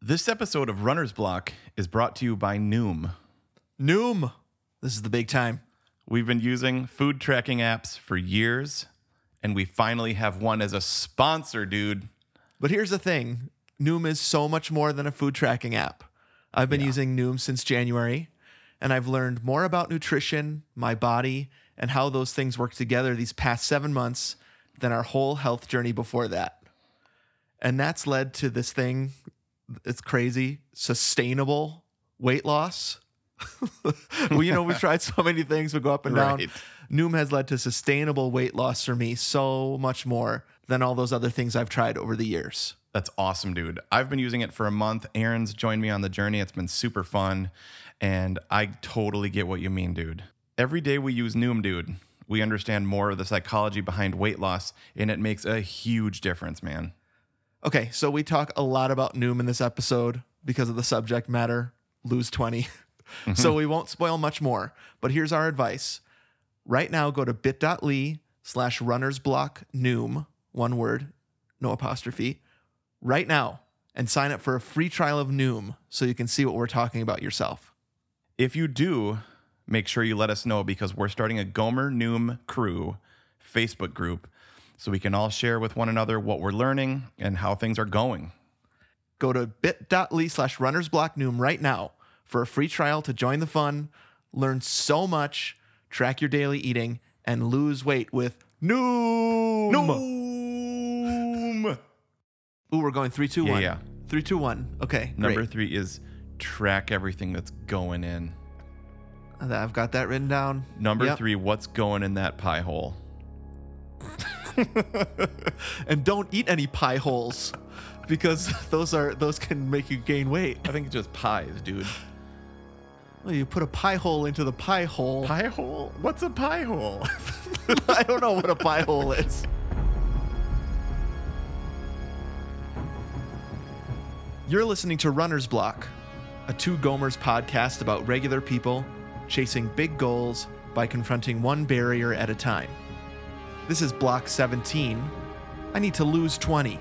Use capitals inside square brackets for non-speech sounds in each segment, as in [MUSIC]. This episode of Runner's Block is brought to you by Noom. Noom. This is the big time. We've been using food tracking apps for years, and we finally have one as a sponsor, dude. But here's the thing Noom is so much more than a food tracking app. I've been using Noom since January, and I've learned more about nutrition, my body, and how those things work together these past seven months than our whole health journey before that. And that's led to this thing. It's crazy. Sustainable weight loss. [LAUGHS] well, you know, we've tried so many things. We go up and down. Right. Noom has led to sustainable weight loss for me so much more than all those other things I've tried over the years. That's awesome, dude. I've been using it for a month. Aaron's joined me on the journey. It's been super fun, and I totally get what you mean, dude. Every day we use Noom, dude, we understand more of the psychology behind weight loss, and it makes a huge difference, man. Okay, so we talk a lot about Noom in this episode because of the subject matter lose 20. [LAUGHS] so we won't spoil much more, but here's our advice. Right now, go to bit.ly slash runners block Noom, one word, no apostrophe, right now and sign up for a free trial of Noom so you can see what we're talking about yourself. If you do, make sure you let us know because we're starting a Gomer Noom Crew Facebook group so we can all share with one another what we're learning and how things are going. Go to bit.ly slash runnersblocknoom right now for a free trial to join the fun, learn so much, track your daily eating, and lose weight with Noom. Noom! Ooh, we're going three, two, Yeah, one. yeah. Three, two, one. Okay. Number great. three is track everything that's going in. I've got that written down. Number Yep. three, what's going in that pie hole? And don't eat any pie holes because [LAUGHS] those are those can make you gain weight. I think it's just pies, dude. Well, you put a pie hole into the pie hole. Pie hole? What's a pie hole? [LAUGHS] [LAUGHS] I don't know what a pie hole is. You're listening to Runner's Block, a two Gomers podcast about regular people chasing big goals by confronting one barrier at a time. This is Block 17. I need to lose 20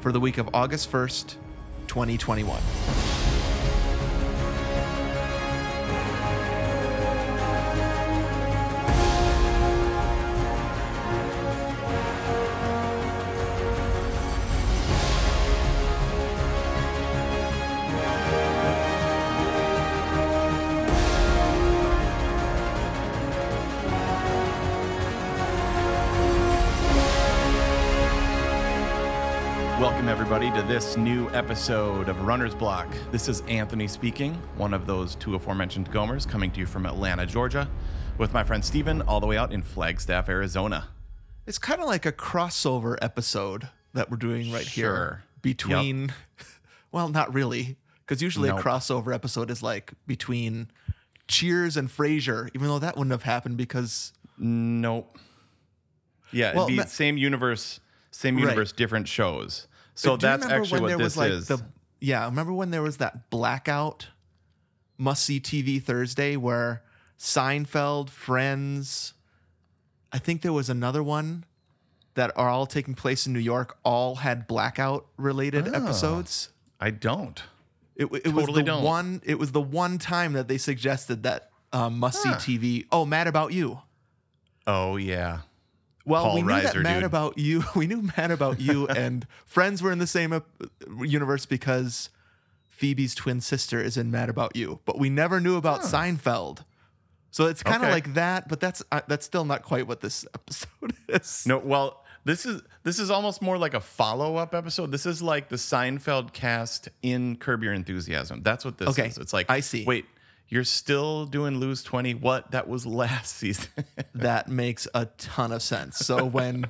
for the week of August 1st, 2021. Welcome, everybody, to this new episode of Runner's Block. This is Anthony speaking, one of those two aforementioned Gomers coming to you from Atlanta, Georgia, with my friend Steven, all the way out in Flagstaff, Arizona. It's kind of like a crossover episode that we're doing right Sure. here between [LAUGHS] well, not really, cuz usually a Nope. crossover episode is like between Cheers and Frasier, even though that wouldn't have happened because Nope. Yeah, Well, it'd be ma- same universe, same Right. universe, different shows. So Do you that's remember actually when what there this was like is. the Yeah, remember when there was that blackout must see TV Thursday where Seinfeld, Friends, I think there was another one that are all taking place in New York all had blackout Oh. related episodes. I don't. It, w- it was Totally the don't. one. It was the one time that they suggested that um, must see Huh. TV. Oh, Mad About You. Oh yeah. Well, Paul we knew that Reiser, Mad dude. About You. [LAUGHS] We knew Mad [LAUGHS] About You and Friends were in the same ep- universe because Phoebe's twin sister is in Mad About You, but we never knew about Seinfeld. So it's kind of Okay. like that, but that's uh, that's still not quite what this episode [LAUGHS] is. No, well, this is this is almost more like a follow-up episode. This is like the Seinfeld cast in Curb Your Enthusiasm. That's what this Okay, is. It's like I see. Wait, you're still doing lose 20. What? That was [LAUGHS] last season. that makes a ton of sense. So when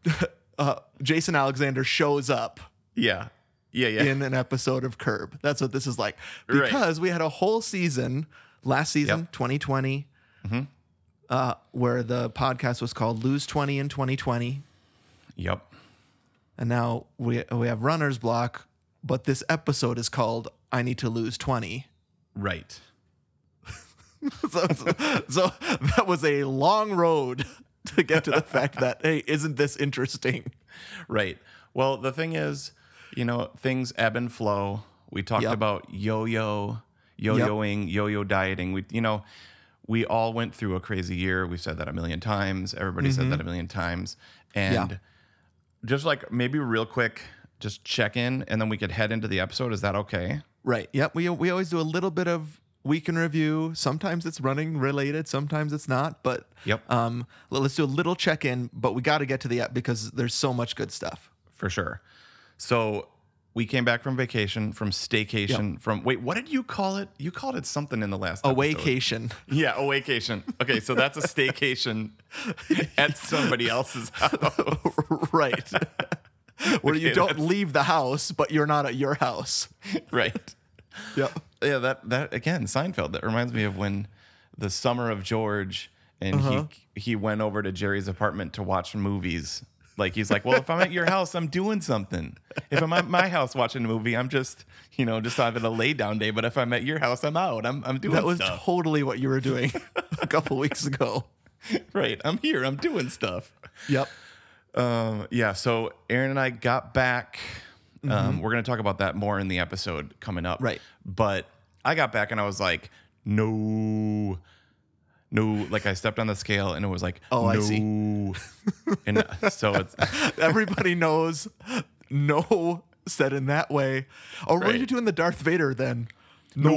[LAUGHS] uh, Jason Alexander shows up, yeah. Yeah, yeah. in an episode of Curb. That's what this is like. Right. Because we had a whole season last season, 2020, Mm-hmm. uh, where the podcast was called Lose 20 in 2020. yep. And now we, we have Runner's Block, but this episode is called I Need to Lose 20. Right. [LAUGHS] so, so that was a long road [LAUGHS] to get to the fact that, hey, isn't this interesting? Right. Well, the thing is, you know, things ebb and flow. We talked Yep. about yo-yo, yo-yoing, yo-yo dieting. We, you know, we all went through a crazy year. We've said that a million times. Everybody said that a million times. And just like maybe real quick, just check in, and then we could head into the episode. Is that okay? Right. Yep. We we always do a little bit of week in review. Sometimes it's running related. Sometimes it's not. But Yep. um, l- let's do a little check in. But we got to get to the app because there's so much good stuff. for sure. So we came back from vacation, from staycation, from wait, what did you call it? You called it something in the last A episode. vacation. Yeah, a vacation. Okay, so that's a staycation at somebody else's [LAUGHS] house. [LAUGHS] [LAUGHS] right. Where you Okay, don't that's- leave the house, but you're not at your house. right. Yep. Yeah, that that again, Seinfeld. That reminds me of when the summer of George and Uh-huh. he he went over to Jerry's apartment to watch movies. Like he's like, well, if I'm at your house, I'm doing something. If I'm at my house watching a movie, I'm just, you know, just having a lay down day. But if I'm at your house, I'm out. I'm I'm doing That was stuff. totally what you were doing [LAUGHS] a couple weeks ago. right. I'm here. I'm doing stuff. Yep. Um, yeah. So Aaron and I got back. Um, we're going to talk about that more in the episode coming up. Mm-hmm. Right. But I got back and I was like, no, no. Like I stepped on the scale and it was like, Oh, no. I see. [LAUGHS] And uh, so [LAUGHS] it's Everybody knows no said in that way. Oh, what are you Right. doing the Darth Vader then? no,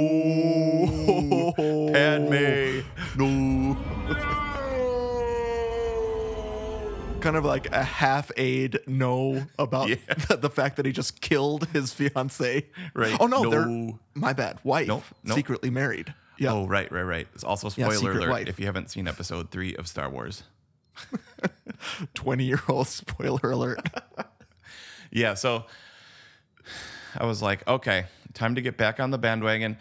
[LAUGHS] Padme, Oh. [LAUGHS] no. Kind of like a half aid no about Yeah. [LAUGHS] the, the fact that he just killed his fiance. Right. Oh no, they're No. my bad. Wife Nope, nope. secretly married. Yeah. Oh, right, right, right. It's also spoiler Secret alert Life. if you haven't seen episode three of Star Wars. 20 year old [LAUGHS] spoiler alert. [LAUGHS] Yeah, so [SIGHS] I was like, okay, time to get back on the bandwagon.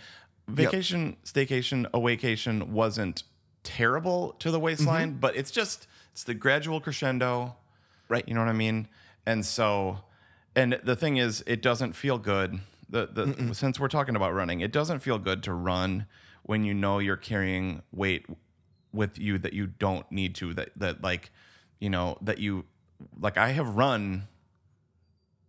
Vacation, staycation, a vacation wasn't terrible to the waistline, but it's just it's the gradual crescendo. Right. You know what I mean? And so and the thing is it doesn't feel good. The the since we're talking about running, it doesn't feel good to run when you know you're carrying weight with you that you don't need to that that like, you know, that you like I have run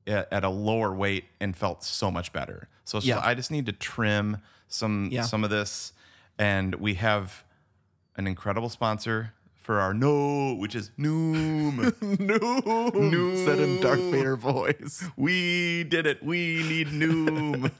at, at a lower weight and felt so much better. So, so Yeah. I just need to trim some Yeah. some of this, and we have an incredible sponsor for our no, which is Noom. [LAUGHS] no. Said in Darth No. Vader voice. we did it. We need [LAUGHS] Noom.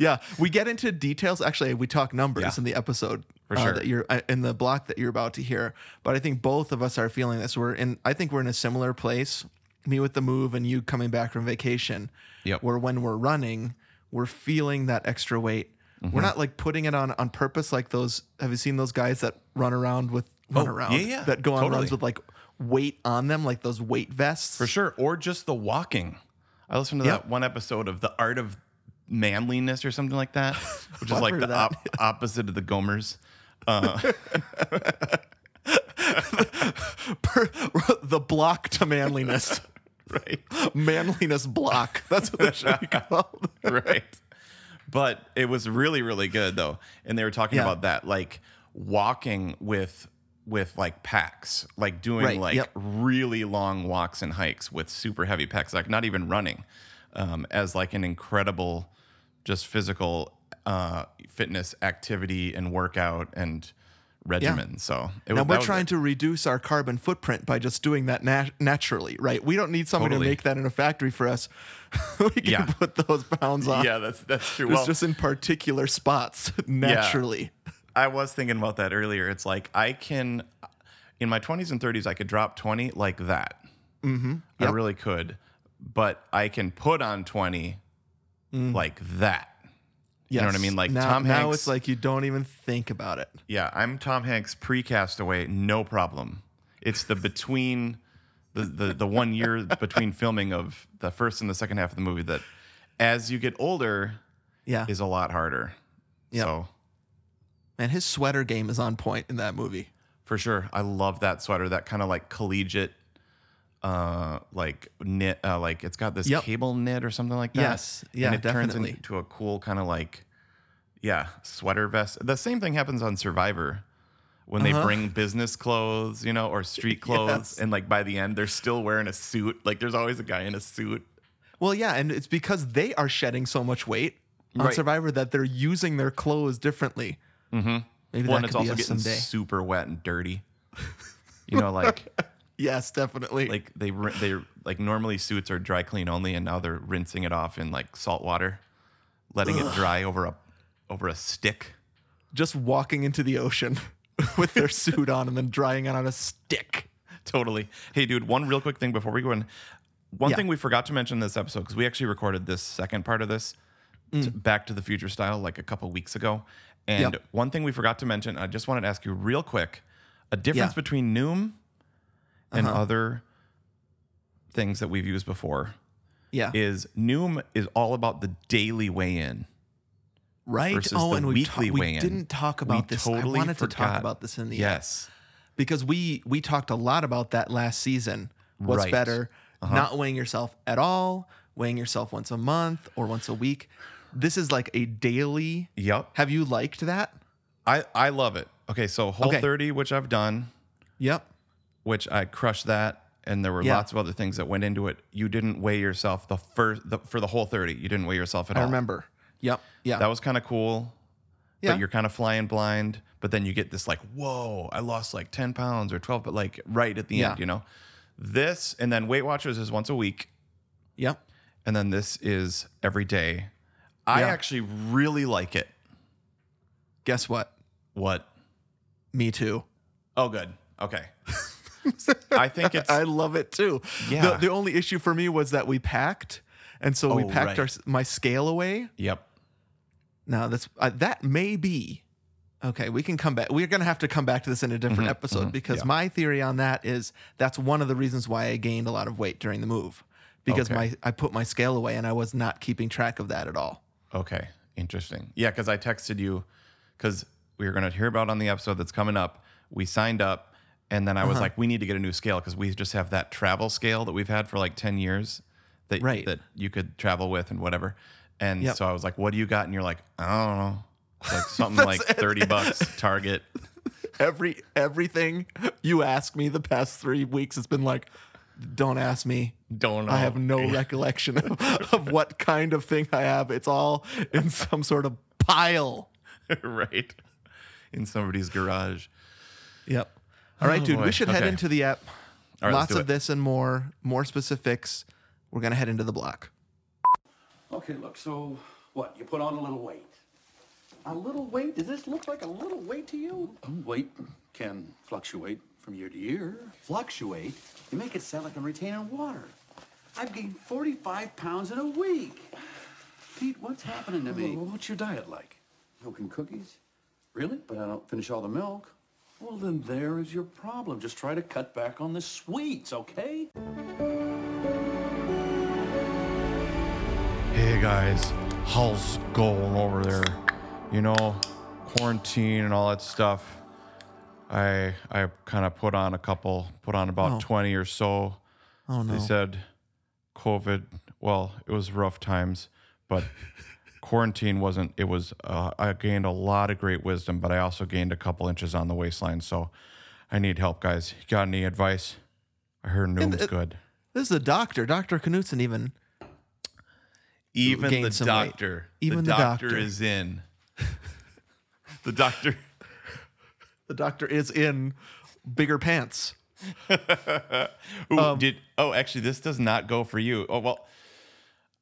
Yeah, we get into details. Actually, we talk numbers Yeah. in the episode For sure. that you're uh, in the block that you're about to hear. But I think both of us are feeling this. We're in. I think we're in a similar place. Me with the move and you coming back from vacation. Yep. Where when we're running, we're feeling that extra weight. Mm-hmm. We're not like putting it on on purpose. Like those. Have you seen those guys that run around with run Oh, around? yeah, yeah, That go on totally. runs with like weight on them, like those weight vests. for sure. Or just the walking. I listened to that one episode of The Art of Manliness or something like [LAUGHS] that, which is I've like heard of the that. op- opposite of the Gomers. [LAUGHS] the block to manliness. [LAUGHS] Right. manliness block. That's what [LAUGHS] that should be called. right. But it was really, really good though. And they were talking Yeah. about that, like walking with with like packs, like doing Right, like yep. really long walks and hikes with super heavy packs, like not even running, um, as like an incredible just physical uh, fitness activity and workout and regimen. So it Now was, we're trying to reduce our carbon footprint by just doing that nat- naturally, right? We don't need someone Totally. to make that in a factory for us. [LAUGHS] we can Yeah. put those pounds on. yeah, that's that's true. [LAUGHS] It's Well, just in particular spots [LAUGHS] naturally. I was thinking about that earlier. It's like I can, in my 20s and 30s, I could drop 20 like that. I Yep. really could, but I can put on 20 like that. You know what I Yes. mean? Like now, Tom Now Hanks- it's like you don't even think about it. Yeah, I'm Tom Hanks pre-castaway, no problem. It's the between the, the the one year [LAUGHS] between filming of the first and the second half of the movie that, as you get older, Yeah. is a lot harder. Yep. So Man, his sweater game is on point in that movie. For sure. I love that sweater, that kind of like collegiate uh like knit uh like it's got this Yep. cable knit or something like that. Yes. Yeah, And it definitely. turns into a cool kind of like yeah, sweater vest. The same thing happens on Survivor when they bring business clothes, you know, or street clothes Uh-huh. [LAUGHS] Yes. and like by the end they're still wearing a suit. Like there's always a guy in a suit. Well, yeah, and it's because they are shedding so much weight on Right. Survivor that they're using their clothes differently. Mm-hmm. Maybe One, that it's could be also us getting someday. super wet and dirty. [LAUGHS] You know, like Yes, definitely. like they ri- they like normally suits are dry clean only, and now they're rinsing it off in like salt water, letting it dry over a over a stick. just walking into the ocean [LAUGHS] with their suit on and then drying it on a stick. Totally. Hey, dude, one real quick thing before we go in. One Yeah. thing we forgot to mention this episode because we actually recorded this second part of this t- back to the future style like a couple weeks ago. And Mm. Yep. one thing we forgot to mention, I just wanted to ask you real quick a difference Yeah. Uh-huh. between Noom and other things that we've used before Yeah. is Noom is all about the daily weigh in. right. versus Oh, the and weekly we, ta- we weigh-in. didn't talk about this. totally I wanted to forgot. talk about this in the end Yes. because we we talked a lot about that last season. What's Right. Uh-huh. better, not weighing yourself at all, weighing yourself once a month or once a week. This is like a daily. Yep. Have you liked that? I, I love it. Okay. So Whole 30, which I've done, Yep. which I crushed that. And there were Yeah. lots of other things that went into it. You didn't weigh yourself the first the, for the whole thirty. You didn't weigh yourself at I all. remember. Yep. Yeah. Oh. That was kind of cool. Yeah. But you're kind of flying blind. But then you get this like, whoa, I lost like ten pounds or twelve, but like right at the Yeah. end, you know. This and then Weight Watchers is once a week, yep. and then this is every day. I Yeah. actually really like it. Guess what? What? Me too. Oh, good. [LAUGHS] Okay. I think it's I love it too. Yeah. The, the only issue for me was that we packed, and so we Oh, packed our right. my scale away. yep. Now that's uh, that may be okay. We can come back. We're gonna have to come back to this in a different episode because Mm-hmm, yeah. my theory on that is that's one of the reasons why I gained a lot of weight during the move because Okay. my I put my scale away and I was not keeping track of that at all. Okay, interesting. Yeah, because I texted you because we were going to hear about on the episode that's coming up. We signed up, and then I Uh-huh. was like, we need to get a new scale because we just have that travel scale that we've had for like ten years that Right. that you could travel with and whatever. And Yep. so I was like, what do you got? And you're like, I don't know, It's [LAUGHS] like something like thirty bucks Target. Every everything you ask me the past three weeks has been like, don't ask me. Don't know. I have no recollection of, of what kind of thing I have. It's all in some sort of pile. [LAUGHS] right in somebody's garage. Yep. All right, Oh, dude, boy. we should head Okay. into the app. All right, let's Lots do of it. this and more, more specifics. We're going to head into the block. Okay, look, so what? You put on a little weight. A little weight? Does this look like a little weight to you? Mm, Weight can fluctuate from year to year. fluctuate, you make it sound like I'm retaining water. I've gained 45 pounds in a week. Pete, what's happening to Well, me? What's your diet like? Milk and cookies? Really? But I don't finish all the milk. Well, then there is your problem. Just try to cut back on the sweets, okay? Hey guys, how's it going over there? You know, quarantine and all that stuff. I I kind of put on a couple, put on about Oh. 20 or so. Oh, no. They said COVID, well, it was rough times, but [LAUGHS] quarantine wasn't it was uh, I gained a lot of great wisdom, but I also gained a couple inches on the waistline, so I need help, guys. You got any advice? I heard Noom's it- good. This is a doctor, Dr. Knutson, even. Even gained the some weight. doctor. Even the the doctor, doctor. is in. [LAUGHS] the doctor. [LAUGHS] The doctor is in bigger pants. Ooh, Um, did oh actually this does not go for you. Oh well.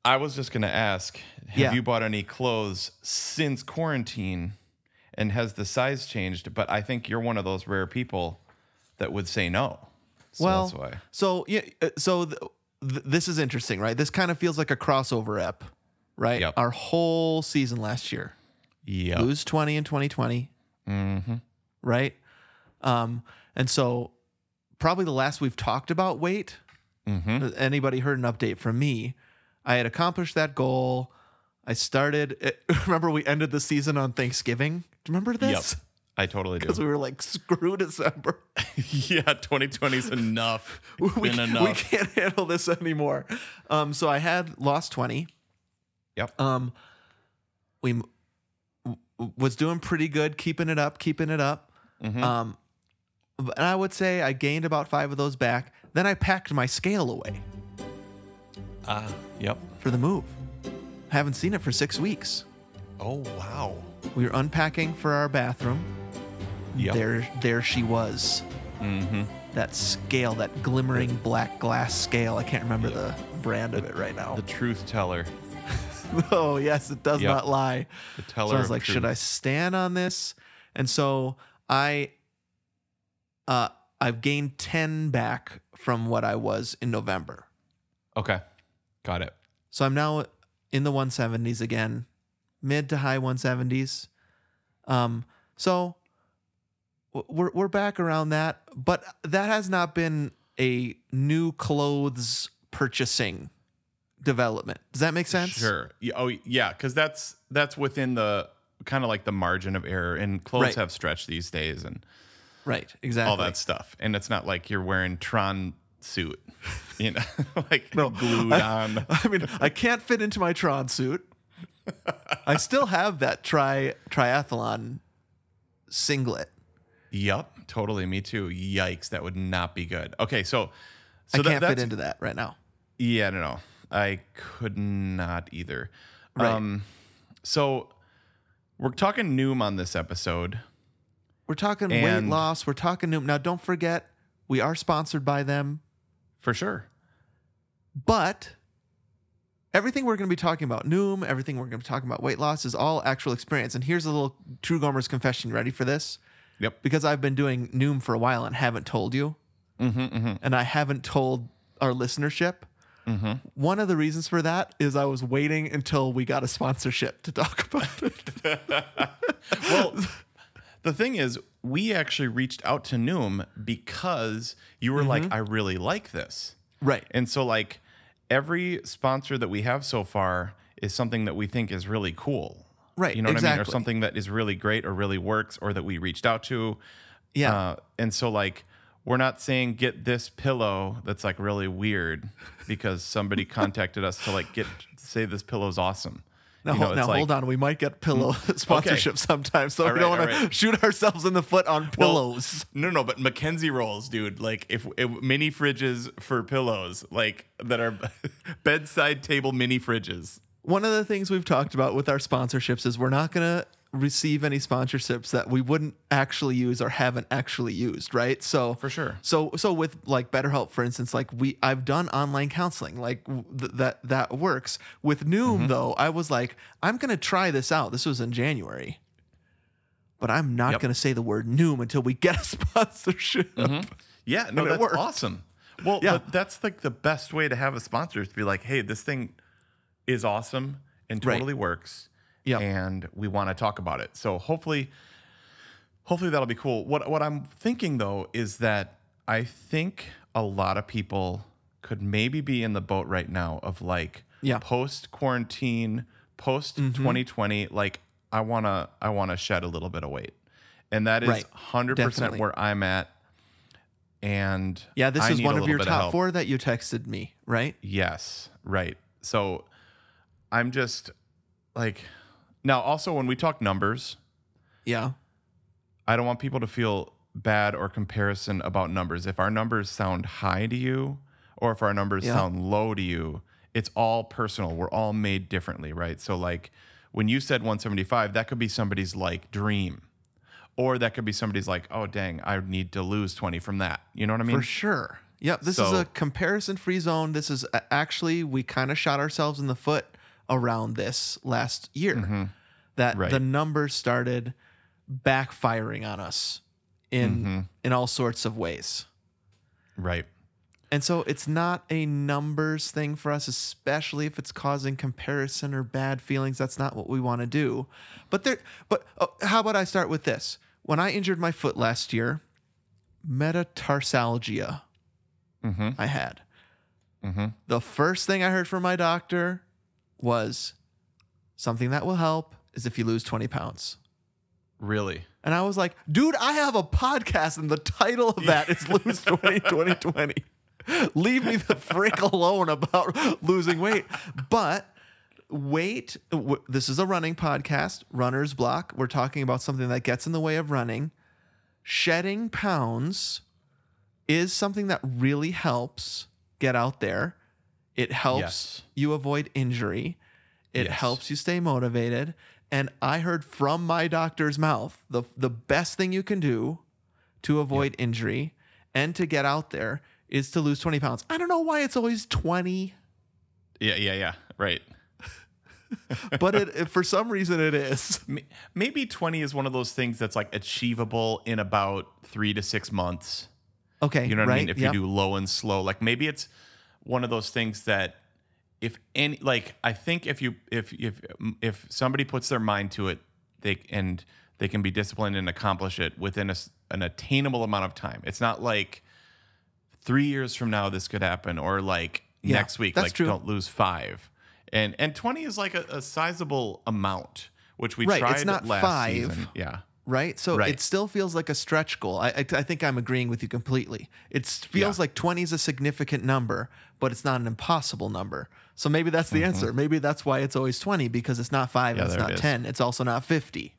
I was just gonna ask, have Yeah. you bought any clothes since quarantine and has the size changed? But I think you're one of those rare people that would say no. So well, that's why. so yeah, uh, so th- th- this is interesting, right? This kind of feels like a crossover ep, right? Yep. Our whole season last year. Yeah. lose 20 in 2020 Mm-hmm. right um and so probably the last we've talked about weight Mm-hmm. has anybody heard an update from me i had accomplished that goal i started it, [LAUGHS] remember we ended the season on thanksgiving do you remember Yep. this I totally [LAUGHS] because do. we were like screw december [LAUGHS] yeah, 2020's enough. [LAUGHS] we, It's been can't- enough. we can't handle this anymore um so i had lost 20 Yep. um we m- w- was doing pretty good keeping it up keeping it up um but- and i would say i gained about five of those back then i packed my scale away Ah, Yep. for the move. Haven't seen it for six weeks. oh wow. We were unpacking for our bathroom. Yep. There, there she was. That scale, that glimmering black glass scale. I can't remember the brand of it right now. The truth teller. [LAUGHS] oh yes, it does Yep. not lie. The teller. So I was of like, truth. should I stand on this? And so I, uh, I've gained ten back from what I was in November. Okay. Got it. So I'm now in the 170s again, mid to high 170s. Um, so w- we're we're back around that, but that has not been a new clothes purchasing development. Does that make sense? Sure. Yeah, Oh, yeah, because that's that's within the kind of like the margin of error, and clothes Right. have stretch these days and Right. Exactly. all that stuff. And it's not like you're wearing Tron suit, [LAUGHS] you know, like [LAUGHS] glued on. I mean, I can't fit into my Tron suit. I still have that tri triathlon singlet. Yup, totally. Me too. Yikes, that would not be good. Okay, so so I that- can't fit that's- into that right now. Yeah, no, no, I could not either. Right. Um, so we're talking Noom on this episode. We're talking And- weight loss. We're talking new. Now, don't forget, we are sponsored by them, For sure. but everything we're going to be talking about Noom, everything we're going to be talking about weight loss is all actual experience. And here's a little True Gomer's confession. Ready for this? Yep. [LAUGHS] Because I've been doing Noom for a while and haven't told you, Mm-hmm, and I haven't told our listenership. Mm-hmm. One of the reasons for that is I was waiting until we got a sponsorship to talk [LAUGHS] about it. well, [LAUGHS] the thing is, we actually reached out to Noom because you were Mm-hmm. like, I really like this. right. And so, like, every sponsor that we have so far is something that we think is really cool. Right, You know what I mean? Or exactly. something that is really great or really works or that we reached out to. Yeah. Uh, and so, like, we're not saying get this pillow that's like really weird because [LAUGHS] somebody contacted us to like get say this pillow's awesome. Now, You know, hold, it's now like- Mm, hold on. We might get pillow [LAUGHS] sponsorship sometime, so All we don't right, want all to right. shoot ourselves in the foot on Well, pillows. no, no, but Mackenzie rolls, dude. Like if, if mini fridges for pillows, like that are [LAUGHS] bedside table mini fridges. One of the things we've talked about with our sponsorships is we're not going to receive any sponsorships that we wouldn't actually use or haven't actually used, right? So for sure. So so with like BetterHelp, for instance, like we I've done online counseling, like w- th- that that works. With Noom though, I was like, I'm going to try this out. This was in January. But I'm not going to say the word Noom until we get [LAUGHS] a sponsorship. Yeah, no, it that's worked. awesome. Well, Yeah. but that's like the best way to have a sponsor is to be like, hey, this thing is awesome and Right. totally works. Yep. And we want to talk about it. So hopefully, hopefully that'll be cool. What what I'm thinking though is that I think a lot of people could maybe be in the boat right now of like Yeah. post quarantine, Mm-hmm. post 2020, like I wanna I wanna shed a little bit of weight. And that is Right. hundred percent Definitely. where I'm at and Yeah, this I is need one a of little your bit top help. four that you texted me, right? Yes, right. So I'm just like now. Also, when we talk numbers, Yeah. I don't want people to feel bad or comparison about numbers. If our numbers sound high to you, or if our numbers Yeah. sound low to you, it's all personal. We're all made differently, right? So like when you said 175, that could be somebody's like dream. Or that could be somebody's like, oh dang, I need to lose 20 from that. You know what I mean? For sure. Yep. This is So- a comparison free zone. This is a- actually, we kind of shot ourselves in the foot around this last year that Mm-hmm. Right. the numbers started backfiring on us in Mm-hmm. in all sorts of ways. Right. And so it's not a numbers thing for us, especially if it's causing comparison or bad feelings. That's not what we want to do. But there, but oh, how about I start with this? When I injured my foot last year, metatarsalgia Mm-hmm, I had. The first thing I heard from my doctor was something that will help is if you lose 20 pounds. Really. And I was like, dude, I have a podcast, and the title of that is Lose 20 2020. Leave me the frick alone about losing weight. But weight, w- this is a running podcast, runner's block. We're talking about something that gets in the way of running. Shedding pounds is something that really helps get out there. It helps Yes. you avoid injury. It Yes. helps you stay motivated. And I heard from my doctor's mouth the the best thing you can do to avoid injury and to get out there is to lose 20 pounds. I don't know why it's always 20, Yeah, yeah, yeah. Right. but it, it- for some reason it is. [LAUGHS] M- Maybe 20 is one of those things that's like achievable in about three to six months. Okay. You know what right? I mean? If Yep. you do low and slow, like maybe it's one of those things that if any, like I think if you if if if somebody puts their mind to it, they and they can be disciplined and accomplish it within a s an attainable amount of time. It's not like three years from now this could happen, or like Yeah, next week, that's like true. don't lose five. And and twenty is like a, a sizable amount, which we Right, tried it's not last five. season. Yeah, right? So Right. it still feels like a stretch goal. I, I, I think I'm agreeing with you completely. It s- feels like 20 is a significant number, but it's not an impossible number. So maybe that's the answer. Maybe that's why it's always 20 because it's not five Mm-hmm. Yeah, and it's there it not is. 10. It's also not 50.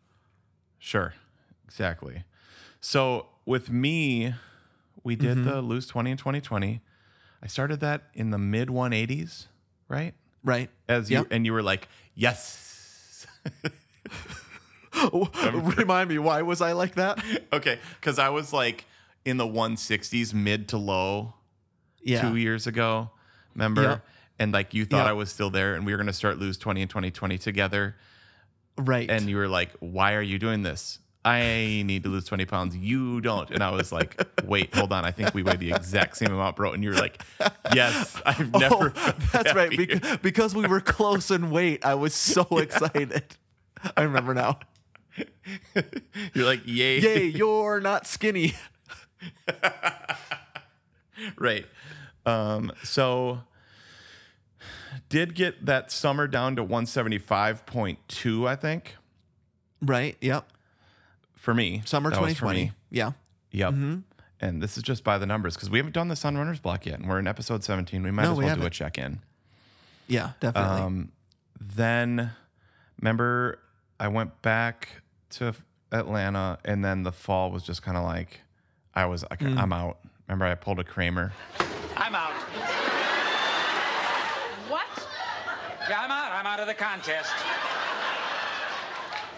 Sure. Exactly. So with me, we did the lose 20 in 2020. I started that in the mid 180s, right? Right. As you Yep. and you were like, "Yes." [LAUGHS] [LAUGHS] Remind me, why was I [LAUGHS] like that? okay, cuz I was like in the 160s mid to low Yeah. 2 years ago, remember? Yep. And like you thought I Yep. was still there and we were going to start lose 20 and 2020 together Right. and you were like, "Why are you doing this?" I need to lose 20 pounds. You don't. And I was like, wait, hold on. I think we weigh the exact same amount, bro. And you were like, [LAUGHS] yes, I've never. [LAUGHS] Oh, felt that's [LAUGHS] right. happier." Because, because we were close in weight, I [LAUGHS] was so excited. I remember now. You're like, yay. [LAUGHS] Yay, you're not skinny. Right. Um, so did get that summer down to 175.2, I think, Right. Yep. for me. Summer Mm-hmm. That was for 2020. me. Yeah. Yep. And this is just by the numbers because we haven't done the Sun Runners block yet. And we're in episode 17. We might No, as we well do a haven't. check in. Yeah, definitely. Um, then remember, I went back to Atlanta, and then the fall was just kind of like I was, I, Mm. am out. Remember, I pulled a Kramer. I'm out. What? Yeah, I'm out. I'm out of the contest.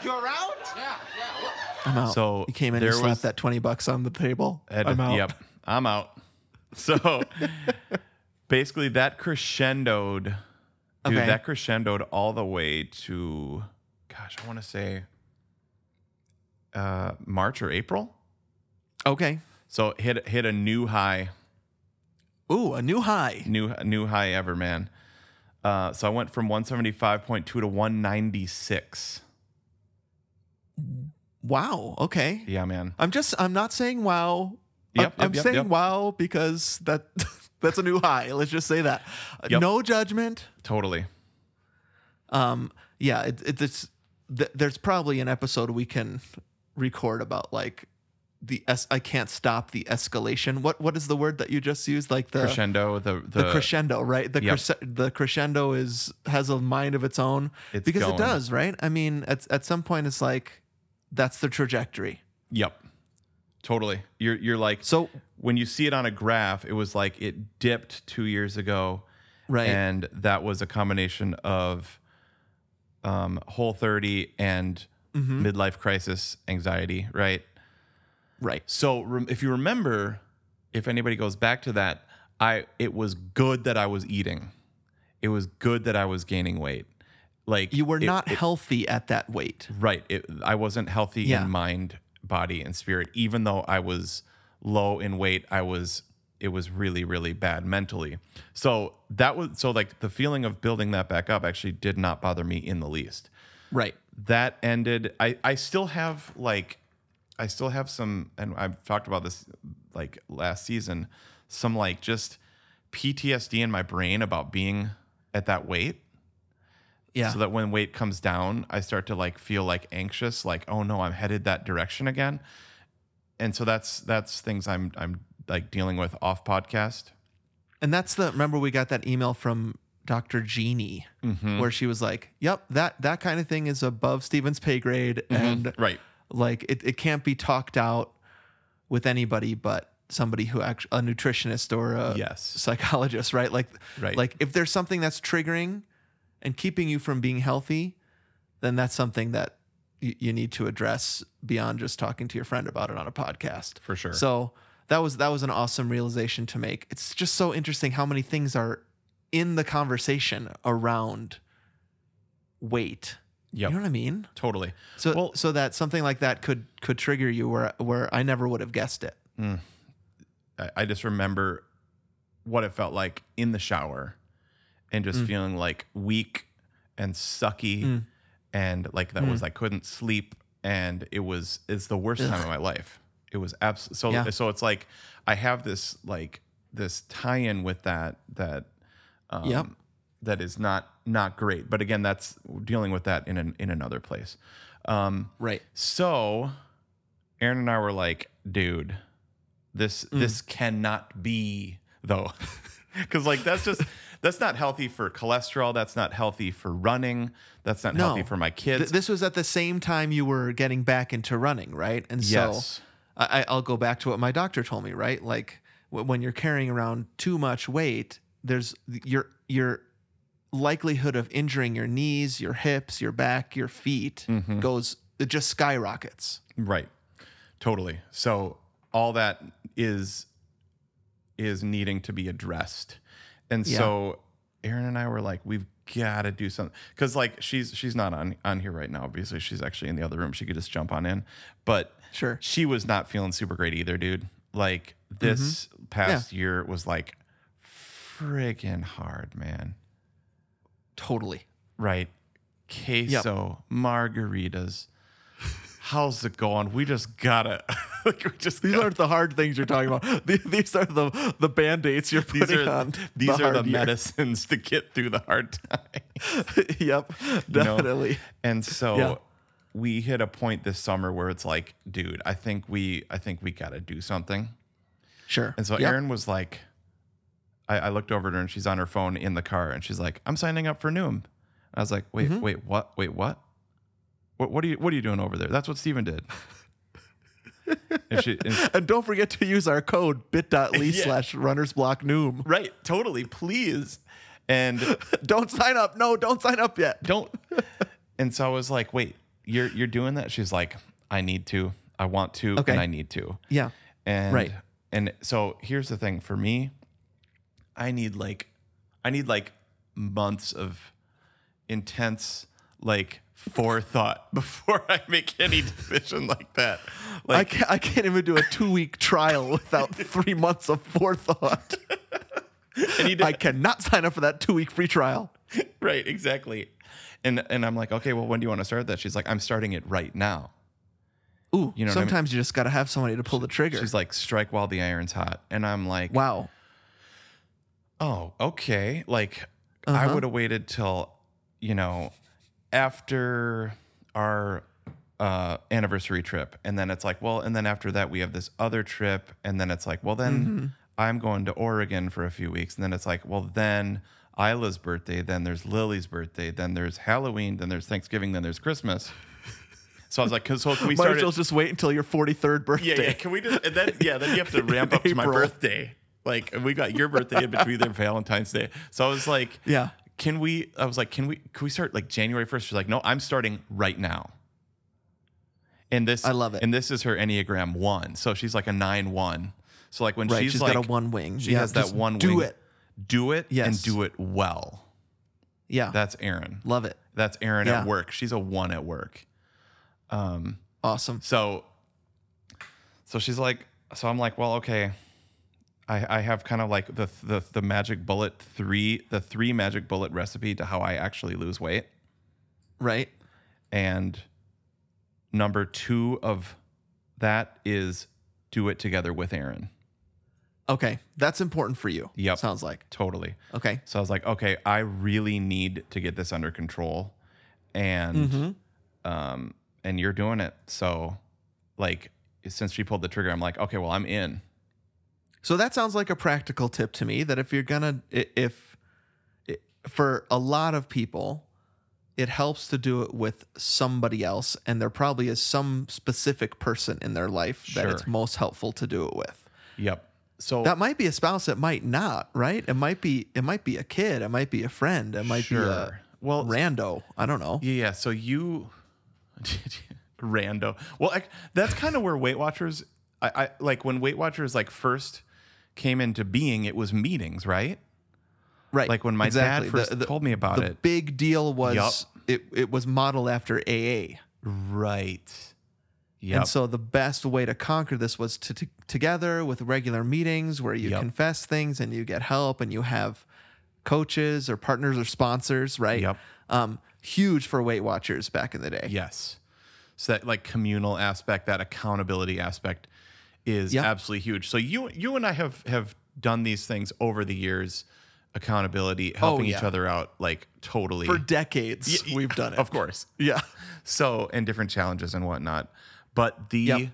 You're out? Yeah, yeah. Well, I'm out. So you came in there and slapped was- that twenty bucks on the table. I had to- I'm out. Yep, I'm out. [LAUGHS] So basically, that crescendoed, dude. Okay. That crescendoed all the way to, gosh, I want to say, uh, March or April. Okay. So it hit hit a new high Ooh, a new high. new new high ever, man. Uh, so I went from 175.2 to 196. Wow. Okay. Yeah, man. I'm just. I'm not saying wow. I'm- Yep, yep, I'm, yep, saying yep. wow because that [LAUGHS] that's a new high. Let's just say that. Uh, Yep. No judgment. Totally. Um. Yeah. It, it, it's. Th- there's probably an episode we can record about like the es- I can't stop the escalation. What what is the word that you just used? Like the Crescendo. The the, Uh, the, crescendo, right? The Yep. cres- the crescendo is has a mind of its own It's because going. it does, right? I mean, at at some point, it's like that's the trajectory. Yep. Totally. You're you're like So when you see it on a graph, it was like it dipped two years ago, right, and that was a combination of um, whole 30 and Mm-hmm. Hmm? midlife crisis anxiety, right? right, So rem- if you remember, if anybody goes back to that, I it was good that I was eating. It was good that I was gaining weight. Like you were it- not healthy at that weight. right. It, I wasn't healthy Yeah. in mind, body, and spirit. Even though I was low in weight, I was it was really really bad mentally. So that was so like the feeling of building that back up actually did not bother me in the least Right, that ended i i still have like i still have some and i've talked about this like last season some like just ptsd in my brain about being at that weight yeah, so that when weight comes down i start to like feel like anxious like oh no i'm headed that direction again and so that's that's things i'm i'm like dealing with off podcast and that's the. Remember, we got that email from Dr. Jeannie Mm-hmm. where she was like, "Yep, that that kind of thing is above Steven's pay Mm-hmm. grade, and right like it, it can't be talked out with anybody but somebody who act- a nutritionist or a Yes. psychologist, right? Like, Right. like if there's something that's triggering and keeping you from being healthy, then that's something that y- you need to address beyond just talking to your friend about it on a podcast. For sure. So that was that was an awesome realization to make. It's just so interesting how many things are in the conversation around weight. Yep. You know what I mean? Totally. So Well- so that something like that could could trigger you where where I never would have guessed it. I, I just remember what it felt like in the shower and just Mm. feeling like weak and sucky and like Mm. that was I couldn't sleep and it was it's the worst time of my life. It was absolutely so Yeah. so it's like I have this like this tie-in with that that um, Yep. that is not not great. But again, that's dealing with that in an, in another place. Um, Right. so Aaron and I were like, dude, this Mm. this cannot be though. [LAUGHS] Cause like that's just that's not healthy for cholesterol. That's not healthy for running. That's not No. healthy for my kids. Th- this was at the same time you were getting back into running, right? And so Yes. I, I- I'll go back to what my doctor told me, right? Like w- when you're carrying around too much weight, there's your your likelihood of injuring your knees, your hips, your back, your feet goes it just skyrockets. right. Totally. So all that is is needing to be addressed. And Yeah. so Aaron and I were like, we've got to do something because like she's she's not on on here right now. Obviously, she's actually in the other room. She could just jump on in, but Sure. she was not feeling super great either, dude. Like this past year was like friggin' hard, man. Totally. Right? Queso, margaritas. How's it going? We just gotta, [LAUGHS] like, we just These gotta- aren't the hard things you're talking about. [LAUGHS] Th- These are the the band-aids you're putting these are [LAUGHS] on. these are the hard year. medicines to get through the hard time. yep. you know? Definitely. And so Yeah. we hit a point this summer where it's like, dude, I think we, I think we gotta do something. Sure. And so Yep. Erin was like, I, I looked over at her and she's on her phone in the car and she's like, I'm signing up for Noom. And I was like, wait, wait, what? Wait, what? What, what are you what are you doing over there? That's what Steven did. and she, [LAUGHS] and- And don't forget to use our code [LAUGHS] bit.ly Yeah. slash runners block noom. right, totally, please. And Don't sign up. No, don't sign up yet. don't. and so I was like, wait, you're you're doing that? She's like, I need to, I want to, Okay. and I need to. Yeah. And Right. and so here's the thing for me, I need like I need like months of intense like forethought [LAUGHS] before I make any decision like that. I Like can't, I can't even do a two week [LAUGHS] trial without three months of forethought. I need to, I cannot sign up for that two week free trial. [LAUGHS] right, exactly. And and I'm like, okay, well when do you want to start that? She's like, I'm starting it right now. Ooh, You know what I mean? sometimes you just got to have somebody to pull the trigger. She's like, strike while the iron's hot. And I'm like, wow. oh, okay. Like I Uh-huh. would have waited till, you know, after our uh, anniversary trip. And then it's like, well, and then after that, we have this other trip. And then it's like, well, then Mm-hmm. I'm going to Oregon for a few weeks. And then it's like, well, then Isla's birthday. Then there's Lily's birthday. Then there's Halloween. Then there's Thanksgiving. Then there's Christmas. So I was like, 'cause- so we [LAUGHS] Might started. as well just wait until your 43rd birthday. Yeah, yeah. Can we just and then yeah, then you have to ramp In up to my April. birthday. Like and we got your birthday in between there, Valentine's Day. So I was like, Yeah. Can we? I was like, can we? Can we start like January first? She's like, no, I'm starting right now. And this, I love it. And this is her Enneagram one, so she's like a nine one. So like when Right. she's, she's like got a one wing. she Yeah, has that just one. Do wing. it. do it, Yes. and do it well. Yeah. That's Aaron. Love it. That's Aaron Yeah. at work. She's a one at work. Awesome. So so she's like so I'm like, well, okay. I, I have kind of like the, the the magic bullet three the three magic bullet recipe to how I actually lose weight. Right. And number two of that is do it together with Aaron. Okay. That's important for you. Yep. Sounds like. Totally. Okay. So I was like, okay, I really need to get this under control, and um, and you're doing it. So, like, since she pulled the trigger, I'm like, okay, well, I'm in. So that sounds like a practical tip to me that if you're gonna, i- if i- for a lot of people, it helps to do it with somebody else, and there probably is some specific person in their life that it's Sure. most helpful to do it with. Yep. So That might be a spouse. It might not. Right? It might be. It might be a kid. It might be a friend. It might be a Sure. Well- rando. I don't know. Yeah, yeah. So you, [LAUGHS] rando. Well, I, that's kind of where Weight Watchers, I, I like when Weight Watchers like first came into being. It was meetings, right? Right. Like when my exactly. dad first told me about the it. big deal was Yup. it, it was modeled after AA. Right. Yeah. And so the best way to conquer this was to, to together with regular meetings where you Yup. confess things and you get help and you have coaches or partners or sponsors, right? Yup. Um, huge for Weight Watchers back in the day. yes. So that like communal aspect, that accountability aspect, is Yeah. absolutely huge. So you you and I have have done these things over the years, accountability, helping each Oh, yeah. other out, like totally For decades, Y- y- we've done it. Of course. Yeah. So, and different challenges and whatnot. But the Yep.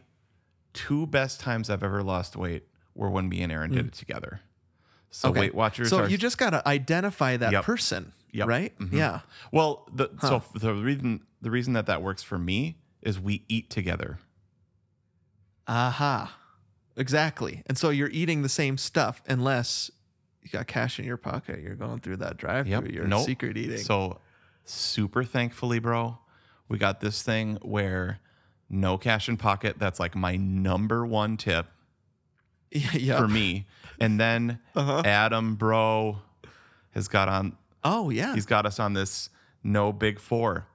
two best times I've ever lost weight were when me and Aaron did it together. So, Mm. Okay. Weight Watchers So are. you just got to identify that Yup. person, Yup. right? Mhm. Yeah. well, the, so f- the reason the reason that that works for me is we eat together. Aha. Exactly. And so you're eating the same stuff unless you got cash in your pocket. You're going through that drive through. Yep. You're Nope. secret eating. So, super thankfully, bro, we got this thing where no cash in pocket. That's like my number one tip. [LAUGHS] yeah. for me. And then Uh-huh. Adam, bro, has got on. Oh yeah. He's got us on this no big four.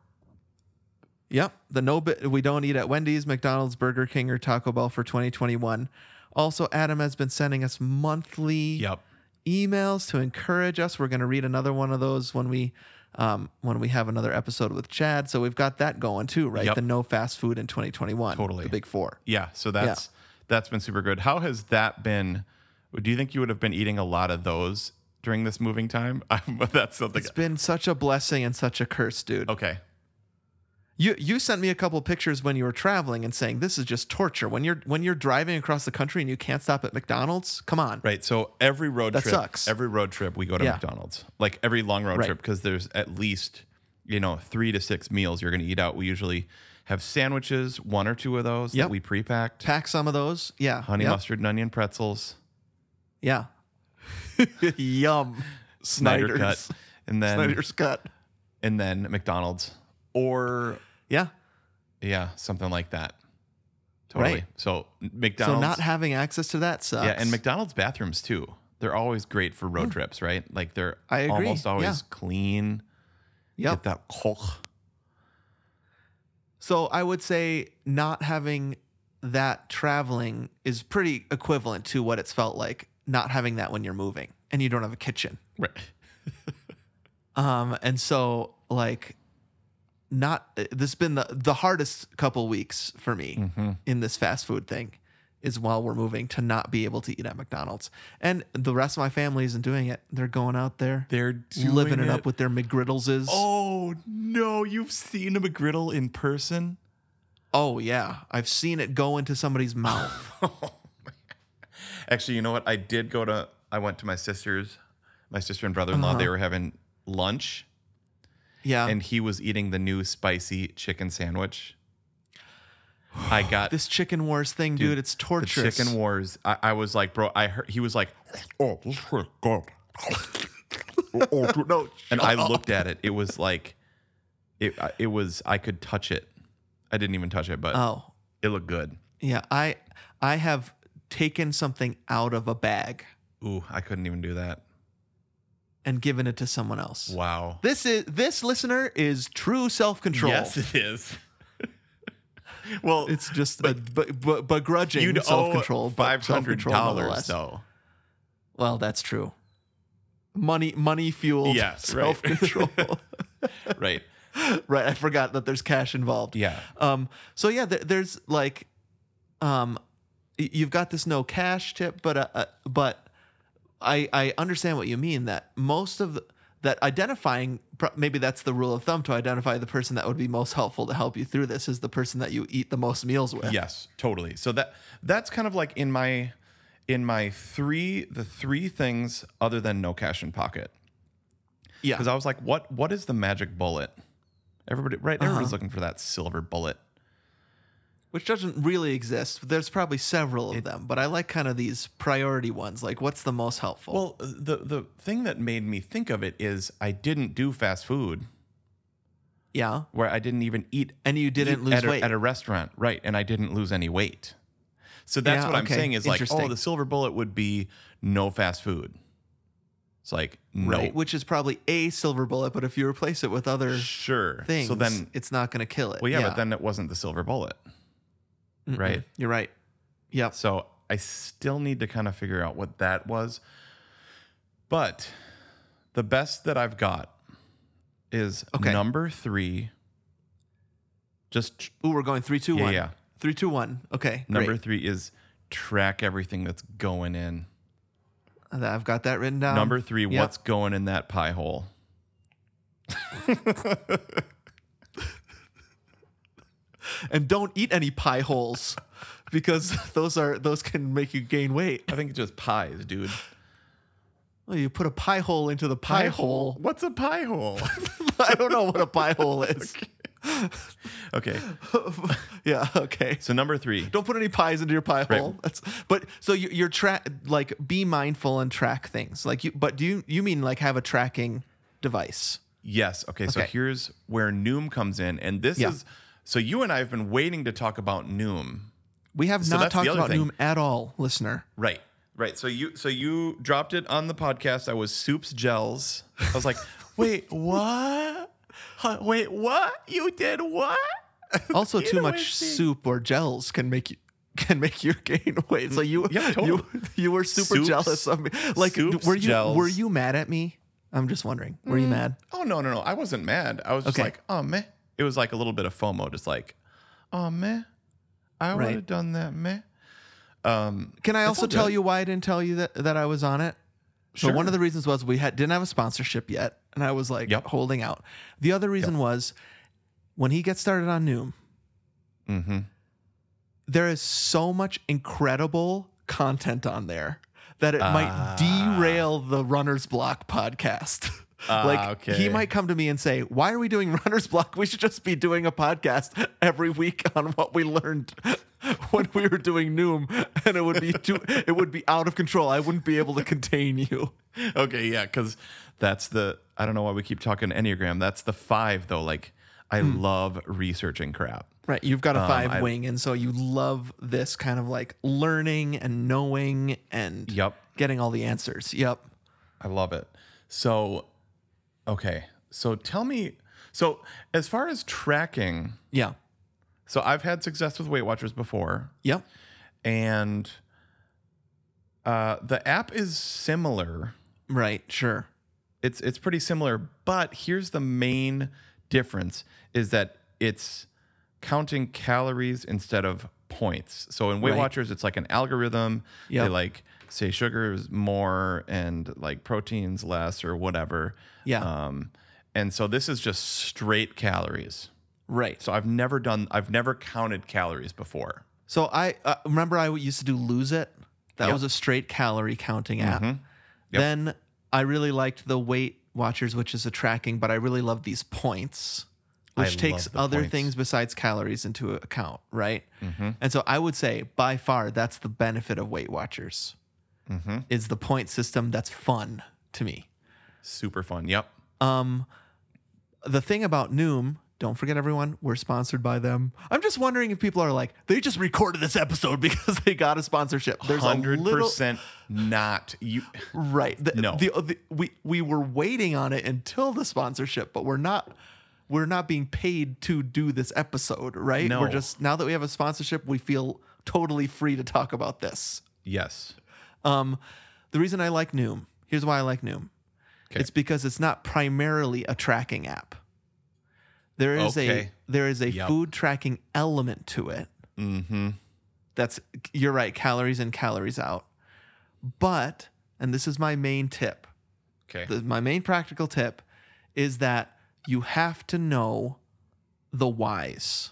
Yep. The no bit we don't eat at Wendy's, McDonald's, Burger King, or Taco Bell for 2021. Also, Adam has been sending us monthly Yep. emails to encourage us. We're going to read another one of those when we um, when we have another episode with Chad. So we've got that going too, right? Yep. The no fast food in 2021. Totally. The big four. Yeah. So that's that's been super good. How has that been? Do you think you would have been eating a lot of those during this moving time? [LAUGHS] that's something. It's been such a blessing and such a curse, dude. okay. You you sent me a couple pictures when you were traveling and saying this is just torture. When you're when you're driving across the country and you can't stop at McDonald's, come on. Right. So every road That trip, sucks. every road trip, we go to Yeah. McDonald's. Like every long road Right. trip, because there's at least you know three to six meals you're going to eat out. We usually have sandwiches, one or two of those Yep. that we pre-packed, Pack some of those. Yeah. honey Yep. mustard and onion pretzels. Yeah. [LAUGHS] Yum. Snyder Snyder's. cut, and then Snyder's cut. and then McDonald's or Yeah. yeah, something like that. Totally. Right. So So McDonald's, not having access to that sucks. yeah, and McDonald's bathrooms too. They're always great for road trips, right? Like they're I agree, almost always yeah. clean. Yep. Get that Koch. So I would say not having that traveling is pretty equivalent to what it's felt like not having that when you're moving and you don't have a kitchen. Right. Um, and so like not this has been the, the hardest couple weeks for me Mm-hmm. in this fast food thing is while we're moving to not be able to eat at McDonald's. And the rest of my family isn't doing it. They're going out there. [LAUGHS] They're living doing it, up with their McGriddleses. Oh. Oh no, you've seen a McGriddle in person? Oh, yeah. I've seen it go [LAUGHS] into somebody's mouth. Actually, you know what? I did go to I went to my sister's my sister and brother in law. Uh-huh. They were having lunch Yeah. and he was eating the new spicy chicken sandwich. I got this chicken wars thing, dude, it's the torturous. chicken wars. I, I was like, bro, I heard he was like, oh, this is good. [LAUGHS] Oh, dude, no. And I looked at it. It was like, it I- it was. I could touch it. I didn't even touch it, but Oh, it looked good. yeah. I I have taken something out of a bag Ooh, I couldn't even do that. and given it to someone else. Wow. This is this listener is true self control. Yes, it is. [LAUGHS] well, [LAUGHS] It's just a b- b- begrudging you'd self owe control. five hundred dollars though. Well, that's true. Money, money fueled Yes, right. self control. [LAUGHS] Right. right. I forgot that there's cash involved. Yeah. Um, so yeah, there, there's like, um, y- you've got this no cash tip, but uh, uh, but I I understand what you mean that most of the, that identifying pro- maybe that's the rule of thumb to identify the person that would be most helpful to help you through this is the person that you eat the most meals with. Yes, totally. So that that's kind of like in my in my three the three things other than no cash in pocket. yeah. Because I was like, what what Uh-huh. is the magic bullet? Everybody right, everybody's looking for that silver bullet. which doesn't really exist. but There's probably several of them, but I like kind of these priority ones. Like, what's the most helpful? Well, the the thing that made me think of it is I didn't do fast food yeah, where I didn't even eat and you didn't eat lose at a, weight. at a restaurant, right? And I didn't lose any weight. So that's Yeah, what I'm okay. saying is like, oh, Interesting. the silver bullet would be no fast food. It's like no, right, which is probably a silver bullet. But if you replace it with other sure. things, So then, it's not going to kill it. well, yeah, but then it wasn't the silver bullet, Mm-mm. right? You're right. Yep. So I still need to kind of figure out what that was. But the best that I've got is Okay. number three. Just Ooh, we're going three, two, one. Yeah, yeah. Three, two, one. Okay. number great. three is track everything that's going in. I've got that written down. number three, Um, yeah. what's going in that pie hole? and don't eat any pie holes [LAUGHS] because those are those can make you gain weight. I think it's just pies, dude. Well, you put a pie hole into the pie, hole. What's a pie [LAUGHS] hole? I don't know what a pie [LAUGHS] hole is. okay. [LAUGHS] yeah. Okay. So number three. Don't put any pies into your pie Right. hole. That's but so you, you're track like be mindful and track things like you. But do you you mean like have a tracking device? Yes. Okay. So Okay. here's where Noom comes in. And this Yeah. is so you and I have been waiting to talk about Noom. We have So not that's the talked other about thing. Noom at all, listener. [LAUGHS] Right. Right. So you so you dropped it on the podcast. I was soups gels. I was like, [LAUGHS] wait, what? Huh, wait, what? You did what? Also, too Either way, much it's big. soup or gels can make you [LAUGHS] can make you gain [LAUGHS] weight. So you Yeah, totally. you you were super Soups- jealous of me. Like, d- soups, were you gels. were you mad at me? I'm just wondering. Were you mad? Oh no, no, no. I wasn't mad. I was just Okay. like, oh meh. It was like a little bit of FOMO, just like, oh meh. I would Right. have done that meh. Can I also all tell good. you why I didn't tell you that, that I was on it? So one Sure. of the reasons was we had, didn't have a sponsorship yet, and I was like Yep. holding out. The other reason was when he gets started on Noom, Mm-hmm. there is so much incredible content on there that it might derail the runner's block podcast. [LAUGHS] Ah, like okay. he might come to me and say, "Why are we doing runner's block? We should just be doing a podcast every week on what we learned [LAUGHS] when we were doing Noom, and it would be too, it would be out of control. I wouldn't be able to contain you." okay, yeah, because that's the I don't know why we keep talking Enneagram. That's the five though. Like I love researching crap. Right, you've got a five I- wing, and so you love this kind of like learning and knowing and Yep. getting all the answers. Yep. I love it. So okay. So tell me so as far as tracking, Yeah. so I've had success with Weight Watchers before, Yep. and uh the app is similar. Right. Sure. It's it's pretty similar, but here's the main difference is that it's counting calories instead of points. So in Weight Right. Watchers, it's like an algorithm. They Yep. like say sugar is more and like proteins less or whatever. Yeah. Um, and so this is just straight calories. Right. So I've never done I've never counted calories before. So I uh, remember I used to do Lose It. That Yep. Mm-hmm. was a straight calorie counting app. Yep. Then I really liked the Weight Watchers, which is a tracking, but I really love these points, which I takes love the other points. Mm-hmm. things besides calories into account, right? And so I would say by far that's the benefit of Weight Watchers Mm-hmm. is the point system that's fun to me. Super fun. Yep. the thing about Noom, don't forget everyone, we're sponsored by them. I'm just wondering if people are like, they just recorded this episode [LAUGHS] because they got a sponsorship. There's a Hundred little percent not you [LAUGHS] right. The, No. the, the- we we were waiting on it until the sponsorship, but we're not we're not being paid to do this episode, right? No. We're just now that we have a sponsorship, we feel totally free to talk about this. Yes. Um, the reason I like Noom, here's why I like Noom. Okay. It's because it's not primarily a tracking app. There is Okay. a there is a Yep. food tracking element to it. Mm-hmm. That's you're right, calories in, calories out. But and this is my main tip. Okay. The, my main practical tip is that you have to know the whys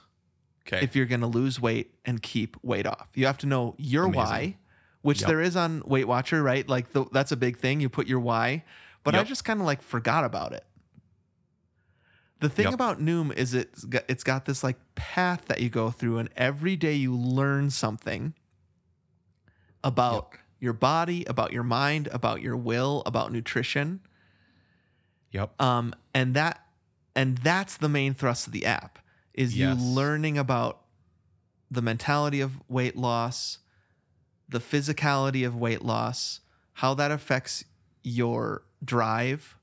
okay. if you're going to lose weight and keep weight off. You have to know your Amazing. why, which Yep. there is on Weight Watcher, right? Like the, that's a big thing. You put your why, but I Yep. just kind of like forgot about it. The thing Yep. about Noom is it's got, it's got this like path that you go through, and every day you learn something about your body, about your mind, about your will, about nutrition. Yep. Um, and that and that's the main thrust of the app is Yes. you learning about the mentality of weight loss, the physicality of weight loss, how that affects your drive,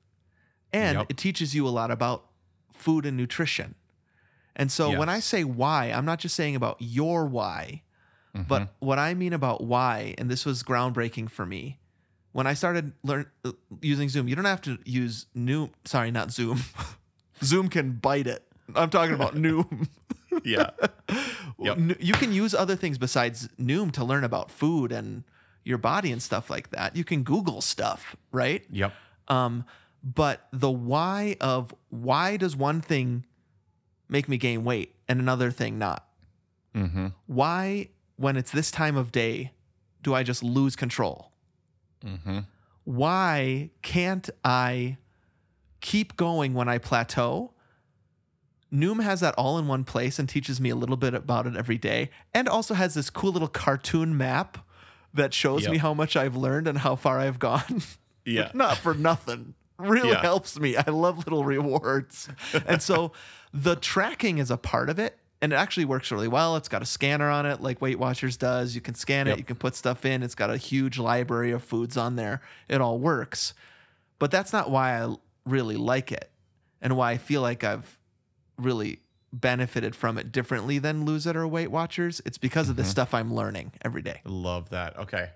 and Yep. it teaches you a lot about food and nutrition. And so when I Yes. say why, I'm not just saying about your why, but what I mean about why, and this was groundbreaking for me. When I started learn uh, using Zoom, you don't have to use Noom. Sorry, not Zoom. [LAUGHS] Zoom can bite it. I'm talking about Noom. yeah. Yep. N- You can use other things besides Noom to learn about food and your body and stuff like that. You can Google stuff, right? [LAUGHS] Yep. Um, but the why of why does one thing make me gain weight and another thing not? Mm-hmm. Why, when it's this time of day, do I just lose control? Mm-hmm. Why can't I keep going when I plateau? Noom has that all in one place and teaches me a little bit about it every day, and also has this cool little cartoon map that shows Yep. me how much I've learned and how far I've gone. [LAUGHS] Yeah. not for nothing. Really Yeah. helps me. I love little rewards. and so [LAUGHS] the tracking is a part of it. And it actually works really well. It's got a scanner on it, like Weight Watchers does. You can scan Yep. it, you can put stuff in. It's got a huge library of foods on there. It all works. But that's not why I really like it and why I feel like I've really benefited from it differently than Lose It or Weight Watchers. It's because of the Mm-hmm. stuff I'm learning every day. Love that. Okay.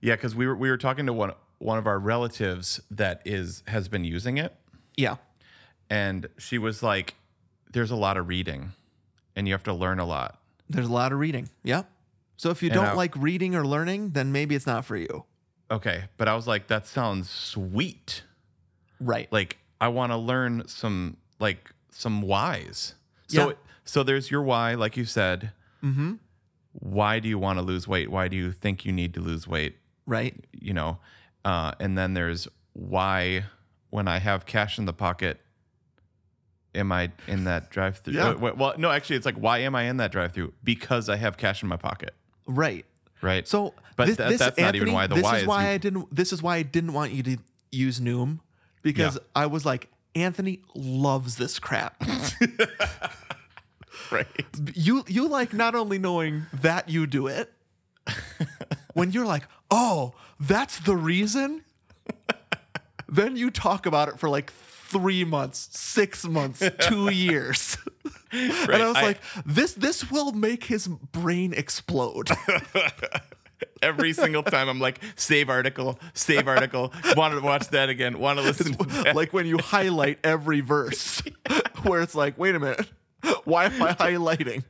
Yeah, because we were we were talking to one one of our relatives that is has been using it, Yeah. and she was like, "There's a lot of reading, and you have to learn a lot." There's a lot of reading. Yep. So if you And don't I- like reading or learning, then maybe it's not for you. Okay, but I was like, "That sounds sweet. Right. Like, I want to learn some like some whys." So Yeah. so there's your why, like you said. Mm-hmm. Why do you want to lose weight? Why do you think you need to lose weight? right. you know uh, and then there's why when i have cash in the pocket am i in that drive through Yeah. well no actually it's like why am i in that drive through because i have cash in my pocket Right. right So But this, that- this, that's not even Anthony, why the this why is is why you- I didn't this is why I didn't want you to use Noom because Yeah. I was like Anthony loves this crap. [LAUGHS] right you you like not only knowing that you do it when you're like, "Oh, that's the reason?" then you talk about it for like 3 months, 6 months, [LAUGHS] 2 years. and I was like, "This this will make his brain explode." every single time i'm like save article save article want to watch that again want to listen to that. [LAUGHS] like when you highlight every verse [LAUGHS] where it's like wait a minute why am i highlighting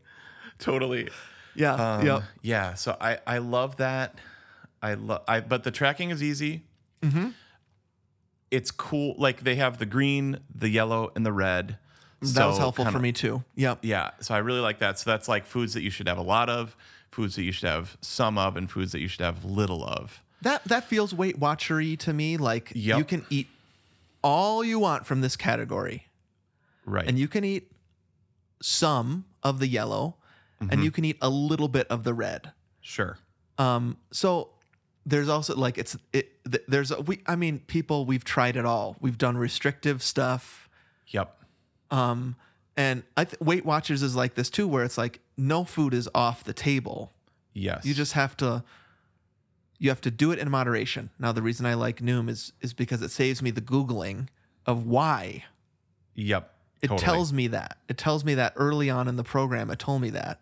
totally yeah Um, yeah yeah so i i love that i love i but the tracking is easy mm-hmm. it's cool like they have the green the yellow and the red that was So helpful kinda- for me too yep yeah so i really like that so that's like foods that you should have a lot of foods that you should have some of and foods that you should have little of that that feels weight watchery to me like Yep. you can eat all you want from this category right and you can eat some of the yellow and you can eat a little bit of the red sure Um, so there's also like it's it. th- There's a, we. I mean, people. We've tried it all. We've done restrictive stuff. yep Um, and I th- Weight Watchers is like this too, where it's like no food is off the table. yes You just have to. You have to do it in moderation. Now, the reason I like Noom is is because it saves me the googling of why. yep It totally. tells me that. It tells me that early on in the program. It told me that,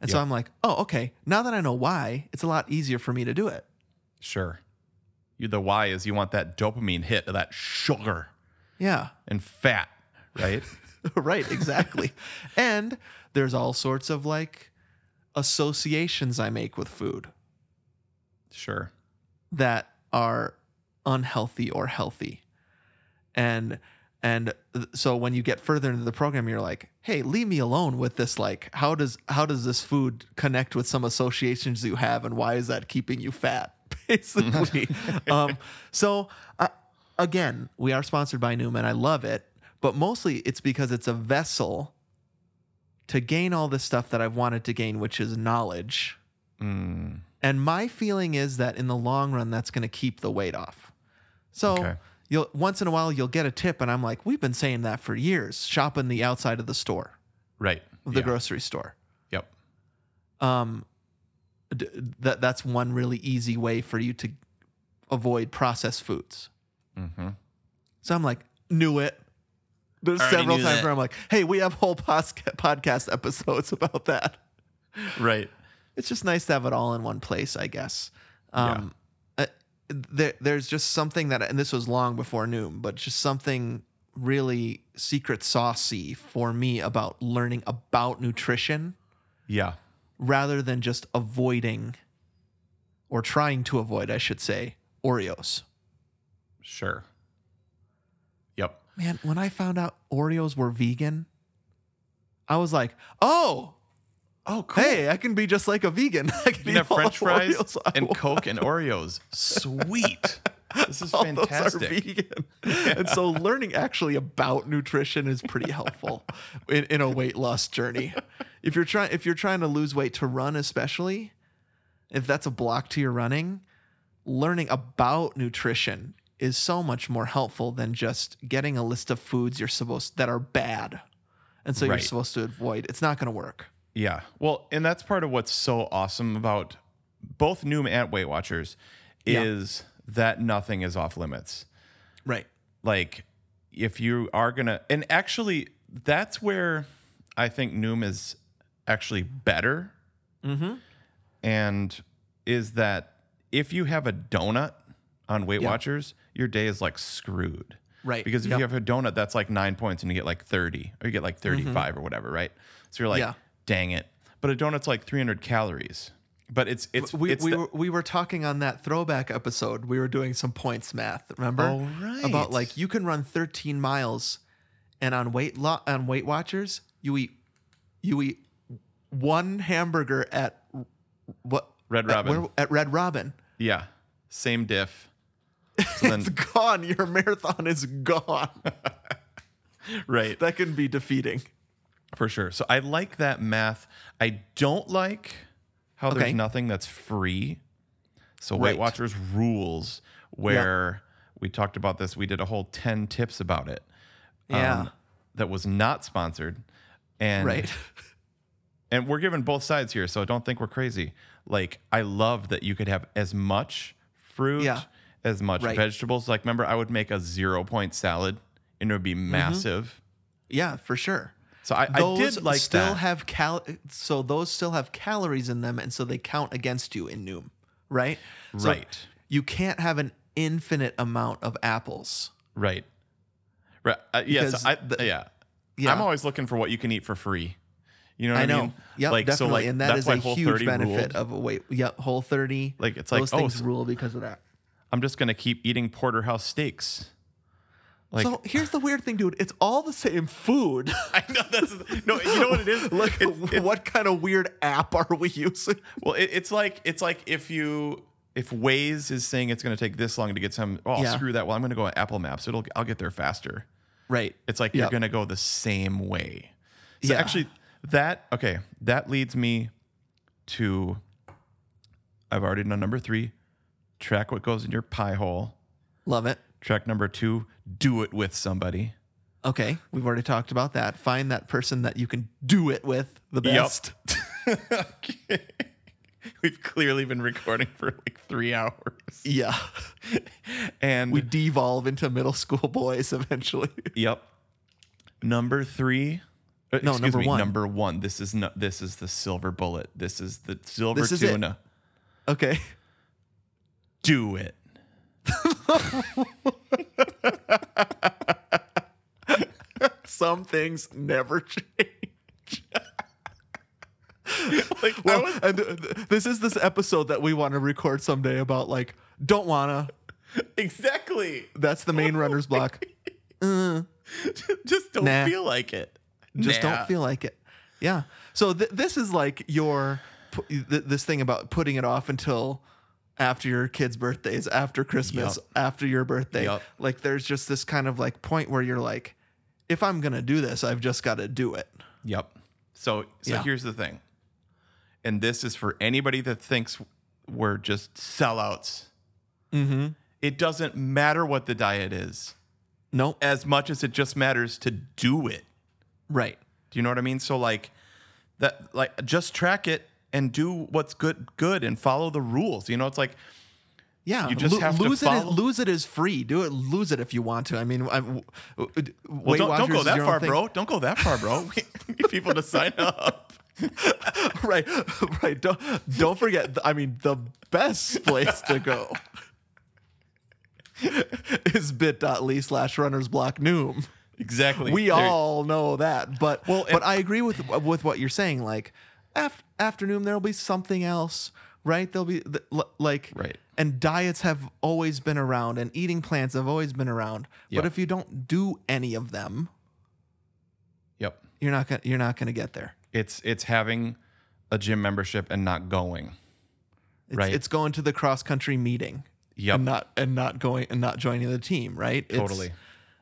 and so Yeah. I'm like, oh, okay. Now that I know why, it's a lot easier for me to do it. sure you the why is you want that dopamine hit of that sugar Yeah. [LAUGHS] and fat right right, exactly. and there's all sorts of like associations I make with food sure that are unhealthy or healthy. And and th- so when you get further into the program you're like, "Hey, leave me alone with this like how does how does this food connect with some associations you have and why is that keeping you fat?" [LAUGHS] uh, basically. um so I, again, we are sponsored by Newman. I love it, But mostly it's because it's a vessel to gain all the stuff that I've wanted to gain, which is knowledge. Mm. And my feeling is that in the long run, that's going to keep the weight off. So Okay. you'll once in a while you'll get a tip, and I'm like, we've been saying that for years. Shop in the outside of the store, Right. of the Yeah. grocery store. Yep. D- that that's one really easy way for you to avoid processed foods. Mm-hmm. So I'm like, knew it. There's Already several knew times that. where I'm like, hey, we have whole pos- [LAUGHS] podcast episodes about that. Right. It's just nice to have it all in one place, I guess. Yeah. Um, uh, there, there's just something that, and this was long before Noom, but just something really secret saucy for me about learning about nutrition Yeah. rather than just avoiding or trying to avoid, I should say, Oreos. Sure. [LAUGHS] Yep. Man, when I found out Oreos were vegan, I was like, oh, Oh, cool. hey, I can be just like a vegan. [LAUGHS] I can You can eat have all French the fries Oreos I and want. Coke and Oreos. Sweet. This is [LAUGHS] All Those are fantastic. [LAUGHS] vegan. And so learning actually about nutrition is pretty helpful in, in a weight loss journey. If you're trying if you're trying to lose weight to run especially, if that's a block to your running, learning about nutrition is so much more helpful than just getting a list of foods you're supposed that are bad. And so you're Right. supposed to avoid. It's not going to work. Yeah. Well, and that's part of what's so awesome about both Noom and Weight Watchers Yeah. is that nothing is off limits. Right. like if you are gonna and actually that's where i think noom is actually better Mm-hmm. and is that if you have a donut on weight Yeah. watchers your day is like screwed Right. because if Yep. you Mm-hmm. have a donut that's like nine points and you get like 30 or you get like 35 or whatever right so you're like Yeah. dang it but a donut's like 300 calories but it's it's we, it's we, the- were, we were talking on that throwback episode. We were doing some points math, remember? Oh, right. About like you can run 13 miles, and on weight lo- on Weight Watchers, you eat you eat one hamburger at what Red at Robin. at Red Robin. yeah same [LAUGHS] diff so then, It's gone. [LAUGHS] Your marathon is gone. [LAUGHS] right that can be defeating. For sure. So I like that math. I don't like how Okay. there's nothing that's free. So Right. Weight Watchers rules where we talked about this. We did a whole 10 tips about it. um, that was not sponsored. And right. and we're given both sides here, so I don't think we're crazy. Like I love that you could have as much fruit, Yeah. as much Right. vegetables. Like remember I would make a zero point salad and it would be Mm-hmm. massive. Yeah, for sure. So I, I Those did like still that. have cal so those still have calories in them and so they count against you in Noom, right? So Right. you can't have an infinite amount of apples. Right. Right. Uh, yeah. Because So I, yeah. Yeah. I'm always looking for what you can eat for free. You know what I, I know. mean? Yep, Like definitely. so like and that that's is why a Whole huge 30 benefit ruled. of a weight. Yep, whole 30. Like, it's like, those oh, things so- rule because of that. I'm just gonna keep eating porterhouse [LAUGHS] steaks. Like so here's the weird thing, dude. It's all the [LAUGHS] same food. [LAUGHS] I know that's no. You know what it [LAUGHS] is? like [LAUGHS] It's- it's- what kind of weird app are we using? well, it, it's like it's like if you if Waze is saying it's gonna take this long to get some. Oh, Yeah. screw that. Well, I'm gonna go on Apple Maps. It'll I'll get there faster. Right. It's like Yep. you're gonna go the same way. So Yeah. actually, that okay. That leads me to. I've already done number three. Track what goes in your pie hole. Love it. Track number two. Do it with somebody. [LAUGHS] Okay, we've already talked about that. Find that person that you can do it with the Yep. best. [LAUGHS] okay. We've clearly been recording for like three hours, Yeah. and We devolve into middle school boys eventually. Yep. Number three. uh, No, excuse number me, one. Number one. This is not. This is the silver bullet. This is the silver This is it. tuna. Okay. Do it. Some things never [LAUGHS] change. [LAUGHS] Like I Well, was- and th- th- this is this episode that we want to record someday about like don't wanna. exactly. That's the main [LAUGHS] runner's block. Just don't Nah. feel like it. Just Nah. don't feel like it. Yeah. So th- this is like your pu- th- this thing about putting it off until after your kids' birthdays, after Christmas, Yup. after your birthday. Yup. Like there's just this kind of like point where you're like, if I'm gonna do this, I've just got to do it. Yep. So so Yeah. here's the thing. And this is for anybody that thinks we're just sellouts. It doesn't matter what the diet is, No, as much as it just matters to do it. right. Do you know what I mean? So like that like just track it and do what's good good and follow the rules. You know, it's like Yeah, You just have to lose it. follow- Lose it is free. Do it. Lose it if you want to. I mean, I, w- w- well, don't, Weight don't Watchers go is that your own far, thing. bro. Don't go that far, [LAUGHS] bro. [LAUGHS] We need people to sign up. right, [LAUGHS] right. Don't don't forget. th- I mean, the best [LAUGHS] place to go is bit.ly slash runners block noom. Exactly. We There- all know that, but Well, but and- I agree with with what you're saying. Like, af- afternoon there'll be something else, right? There'll be th- l- like Right. And diets have always been around, and eating plans have always been around. Yep. But if you don't do any of them, Yep. you're not gonna you're not gonna get there. It's it's having a gym membership and not going. It's, Right. it's going to the cross country meeting Yep. and not and not going and not joining the team, right? It's- totally.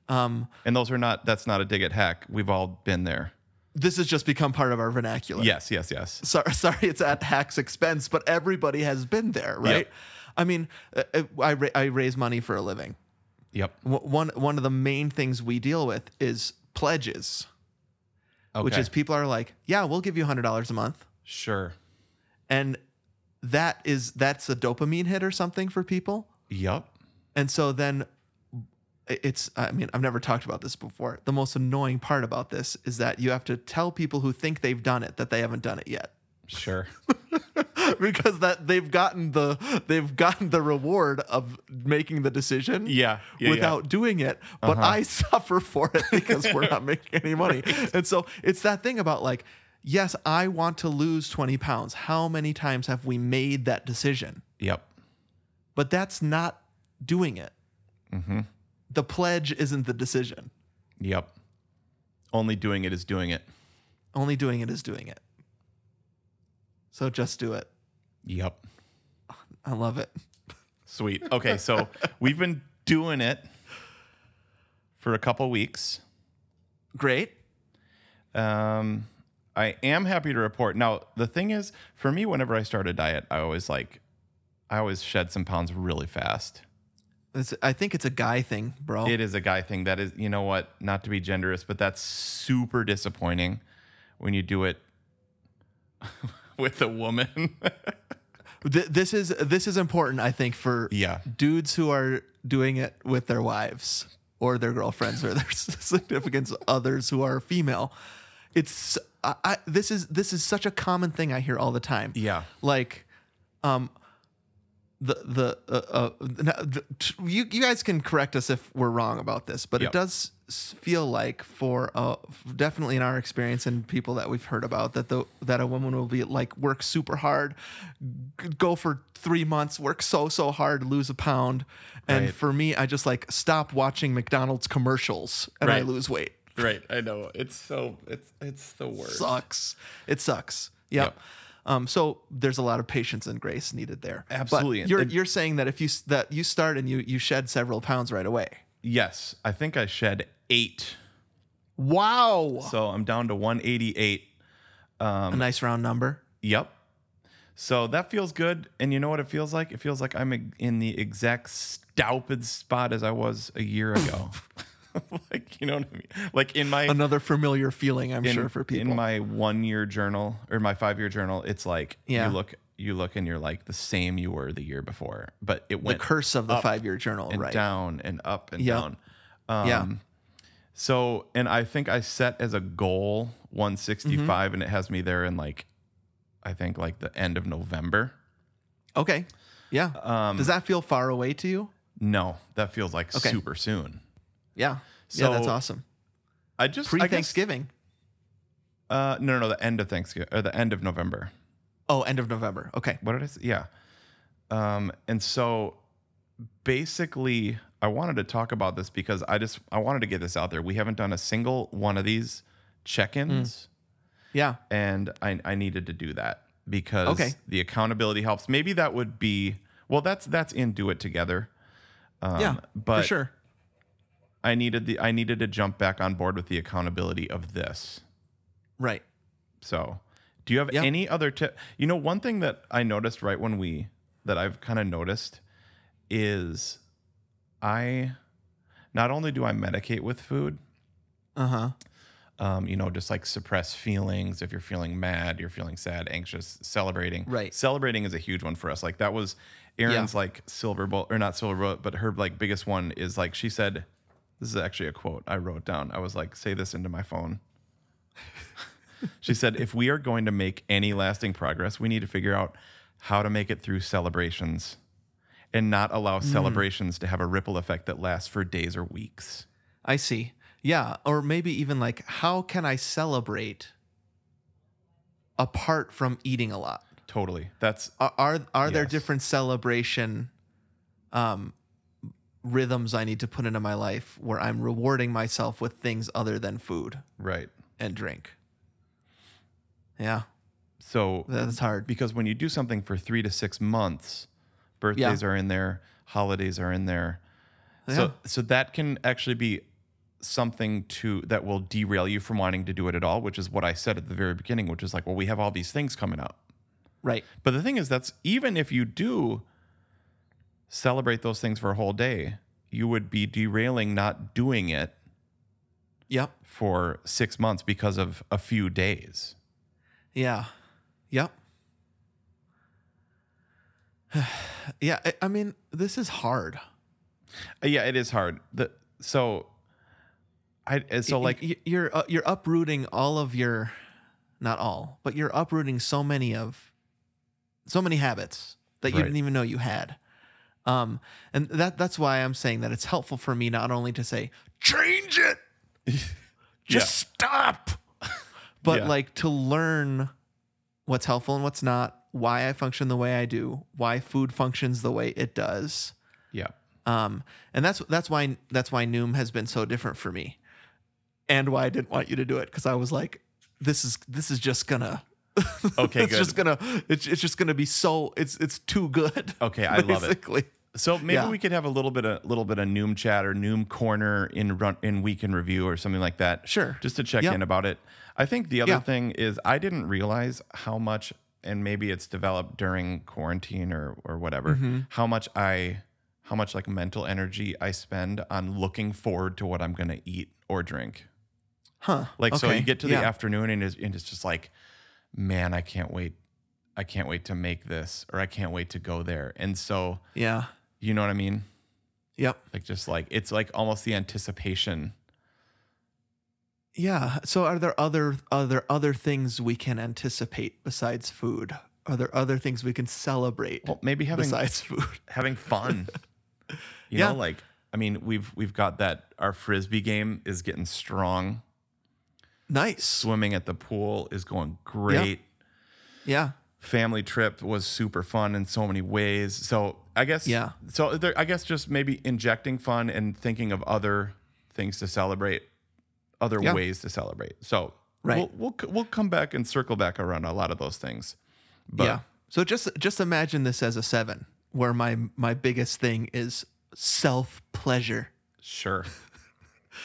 Um, and those are not. That's not a dig at hack. We've all been there. this has just become part of our vernacular. Yes. Yes. Yes. sorry, [LAUGHS] sorry it's at hack's expense, but everybody has been there, right? Yep. I mean, uh, uh, I, ra- I raise money for a living. Yep. Wh- One, one of the main things we deal with is pledges, Okay. which is people are like, yeah, we'll give you $100 a month. sure. And that is, that's a dopamine hit or something for people. Yep. And so then it's, I mean, I've never talked about this before. The most annoying part about this is that you have to tell people who think they've done it that they haven't done it yet. [LAUGHS] Sure. because that they've gotten the they've gotten the reward of making the decision Yeah, yeah, Uh-huh. yeah. without doing it but i [LAUGHS] suffer for it because we're [LAUGHS] not making any money and so it's that thing about like yes i want to lose 20 pounds how many times have we made that decision yep. but that's not doing it Mm-hmm. the pledge isn't the decision Yep. Only doing it is doing it. only doing it is doing it so just do it Yep. i love it Sweet. Okay. [LAUGHS] So we've been doing it for a couple weeks. great Um, I am happy to report. Now, the thing is, for me, whenever I start a diet, I always like, I always shed some pounds really fast. it's, i think it's a guy thing bro It is a guy thing. That is, you know what? Not to be genderist, but that's super disappointing when you do it [LAUGHS] with a woman. [LAUGHS] Th- this is this is important, I think, for Yeah. dudes who are doing it with their wives or their girlfriends or their [LAUGHS] significant others who are female. It's I, I, this is this is such a common thing I hear all the time. Yeah. like um, the the uh, uh, now, the t- you you guys can correct us if we're wrong about this, but Yep. it does s- feel like for uh, definitely in our experience and people that we've heard about that the that a woman will be like work super hard, g- go for three months, work so so hard, lose a pound, and Right. for me, I just like stop watching McDonald's commercials and I Right. lose weight. right. I know. It's so it's it's the worst. Sucks. It sucks. Yep. Yep. Um, so there's a lot of patience and grace needed there. But Absolutely. you're And- you're saying that if you s- that you start and you you shed several pounds right away. Yes, I think I shed eight, Wow. so I'm down to 188. a nice round number. Yep. So that feels good. And you know what it feels like? It feels like I'm ig- in the exact stupid spot as I was a [LAUGHS] year ago. [LAUGHS] like, you know what I mean? Like in my Another familiar feeling, I'm in, sure, for people. in my one year journal or my five year journal, it's like Yeah. you look you look and you're like the same you were the year before. But it the went curse of the up five year journal, and right? down and up and Yep. down. Um, Yeah. So, and I think I set as a goal 165, Mm-hmm. and it has me there in like, I think like the end of November. Okay. Yeah. Um, Does that feel far away to you? No, that feels like Okay. super soon. Yeah. yeah, that's So- awesome. I just Pre I guess- Thanksgiving. Uh, no, no, no, the end of Thanksgiving or the end of November. Oh, end of November. Okay. What did I say? Yeah. Um, and so basically, I wanted to talk about this because I just I wanted to get this out there. We haven't done a single one of these check-ins. Mm. Yeah. and I, I needed to do that because Okay. the accountability helps. Maybe that would be well. That's that's in do it together. yeah. Um, but- for sure. I needed the I needed to jump back on board with the accountability of this. Right. So, do you have Yeah. any other tip? You know, one thing that I noticed right when we that I've kind of noticed is I not only do I medicate with food, Uh huh. um, you know, just like suppress feelings. If you're feeling mad, you're feeling sad, anxious, celebrating. Right. Celebrating is a huge one for us. Like that was Erin's like silver bullet, or not silver bullet, but her like biggest one is like she said, this is actually a quote I wrote down. I was like, say this into my phone. she said, if we are going to make any lasting progress, we need to figure out how to make it through celebrations and not allow celebrations to have a ripple effect that lasts for days or weeks. I see. Yeah. Or maybe even like, how can I celebrate apart from eating a lot? Totally. That's Are are, are there Yes. different celebration um, rhythms I need to put into my life where I'm rewarding myself with things other than food right. and drink? Yeah, So that's hard. because when you do something for three to six months, birthdays are in there, holidays are in there. Yeah. So so that can actually be something to that will derail you from wanting to do it at all, which is what I said at the very beginning, which is like, well, we have all these things coming up. Right. But the thing is that's even if you do celebrate those things for a whole day, you would be derailing not doing it Yep. for six months because of a few days. Yeah. Yep. [SIGHS] yeah. I, I mean, this is hard. Uh, Yeah, it is hard. The, so I and so y- like y- you're uh, you're uprooting all of your not all but you're uprooting so many of so many habits that you Right. didn't even know you had um and that that's why i'm saying that it's helpful for me not only to say change it just stop [LAUGHS] but Yeah. like to learn what's helpful and what's not why i function the way i do why food functions the way it does yeah. um, and that's that's why that's why Noom has been so different for me, and why I didn't want you to do it because I was like, this is this is just gonna. [LAUGHS] Okay, it's good. just gonna it's, it's just gonna be so it's it's too good. [LAUGHS] Okay, I love it. basically. So maybe Yeah. we could have a little bit of little bit of Noom chat or Noom corner in run in week in review or something like that. Sure. Just to check Yep. in about it. I think the other Yeah. thing is I didn't realize how much and maybe it's developed during quarantine or or whatever, Mm-hmm. how much I how much like mental energy I spend on looking forward to what I'm gonna eat or drink. Huh? Like so Okay, you get to yeah. the afternoon and it's, and it's just like, man, I can't wait. I can't wait to make this or I can't wait to go there. And so, Yeah. you know what I mean? Yep. Like just like it's like almost the anticipation. Yeah. So are there other are there other things we can anticipate besides food? Are there other things we can celebrate Well, maybe having besides food? [LAUGHS] having [LAUGHS] fun. you Yeah. know, like I mean, we've we've got that our frisbee game is getting strong. Nice. Swimming at the pool is going great. Yeah. Family trip was super fun in so many ways. So I guess Yeah. So there, I guess just maybe injecting fun and thinking of other things to celebrate, other Yeah. ways to celebrate. So Right. we'll, we'll c- we'll come back and circle back around a lot of those things. But yeah. So just just imagine this as a seven, where my my biggest thing is self pleasure, [LAUGHS] Sure.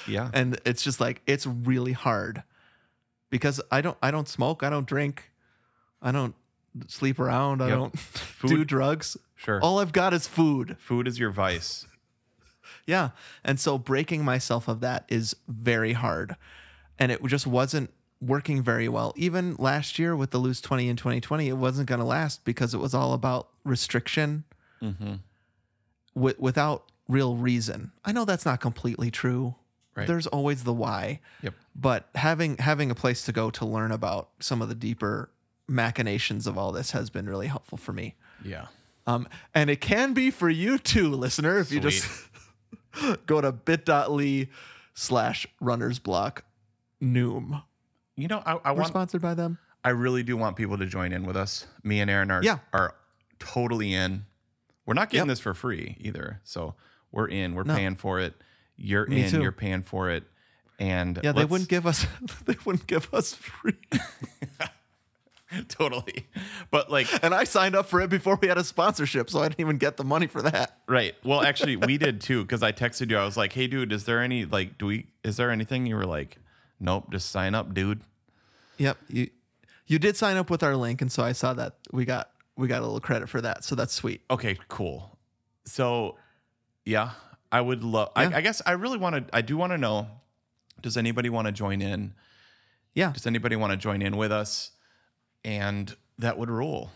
Yeah. and it's just like it's really hard because I don't I don't smoke, I don't drink, I don't sleep around, I Yep. don't [LAUGHS] do Food. drugs. Sure. All I've got is food. Food is your vice. Yeah, and so breaking myself of that is very hard, and it just wasn't working very well. Even last year with the lose twenty in twenty twenty, it wasn't going to last because it was all about restriction. Mm-hmm. wi- without real reason. I know that's not completely true. Right. There's always the why, Yep. but having having a place to go to learn about some of the deeper machinations of all this has been really helpful for me. Yeah. Um, and it can be for you too, listener, if you just [LAUGHS] go to bit.ly slash runners block noom. You know, I, I We're want. sponsored by them. I really do want people to join in with us. Me and Aaron are Yeah. are totally in. We're not getting Yep. this for free either, so we're in. We're No. paying for it. You're Me in. too. You're paying for it. And Yeah, [LAUGHS] they [LAUGHS] let's- wouldn't give us they wouldn't give us free totally. But like, And I signed up for it before we had a sponsorship, so I didn't even get the money for that. right. Well, actually, we did too, because I texted you. I was like, hey, dude, is there any, like, do we, is there anything? You were like, nope, just sign up, dude. Yep. You you did sign up with our link, and so I saw that we got we got a little credit for that. So that's sweet. Okay, cool. So, yeah, I would love, Yeah. I, I guess I really want to, I do want to know, does anybody want to join in? Yeah. Does anybody want to join in with us? And that would rule.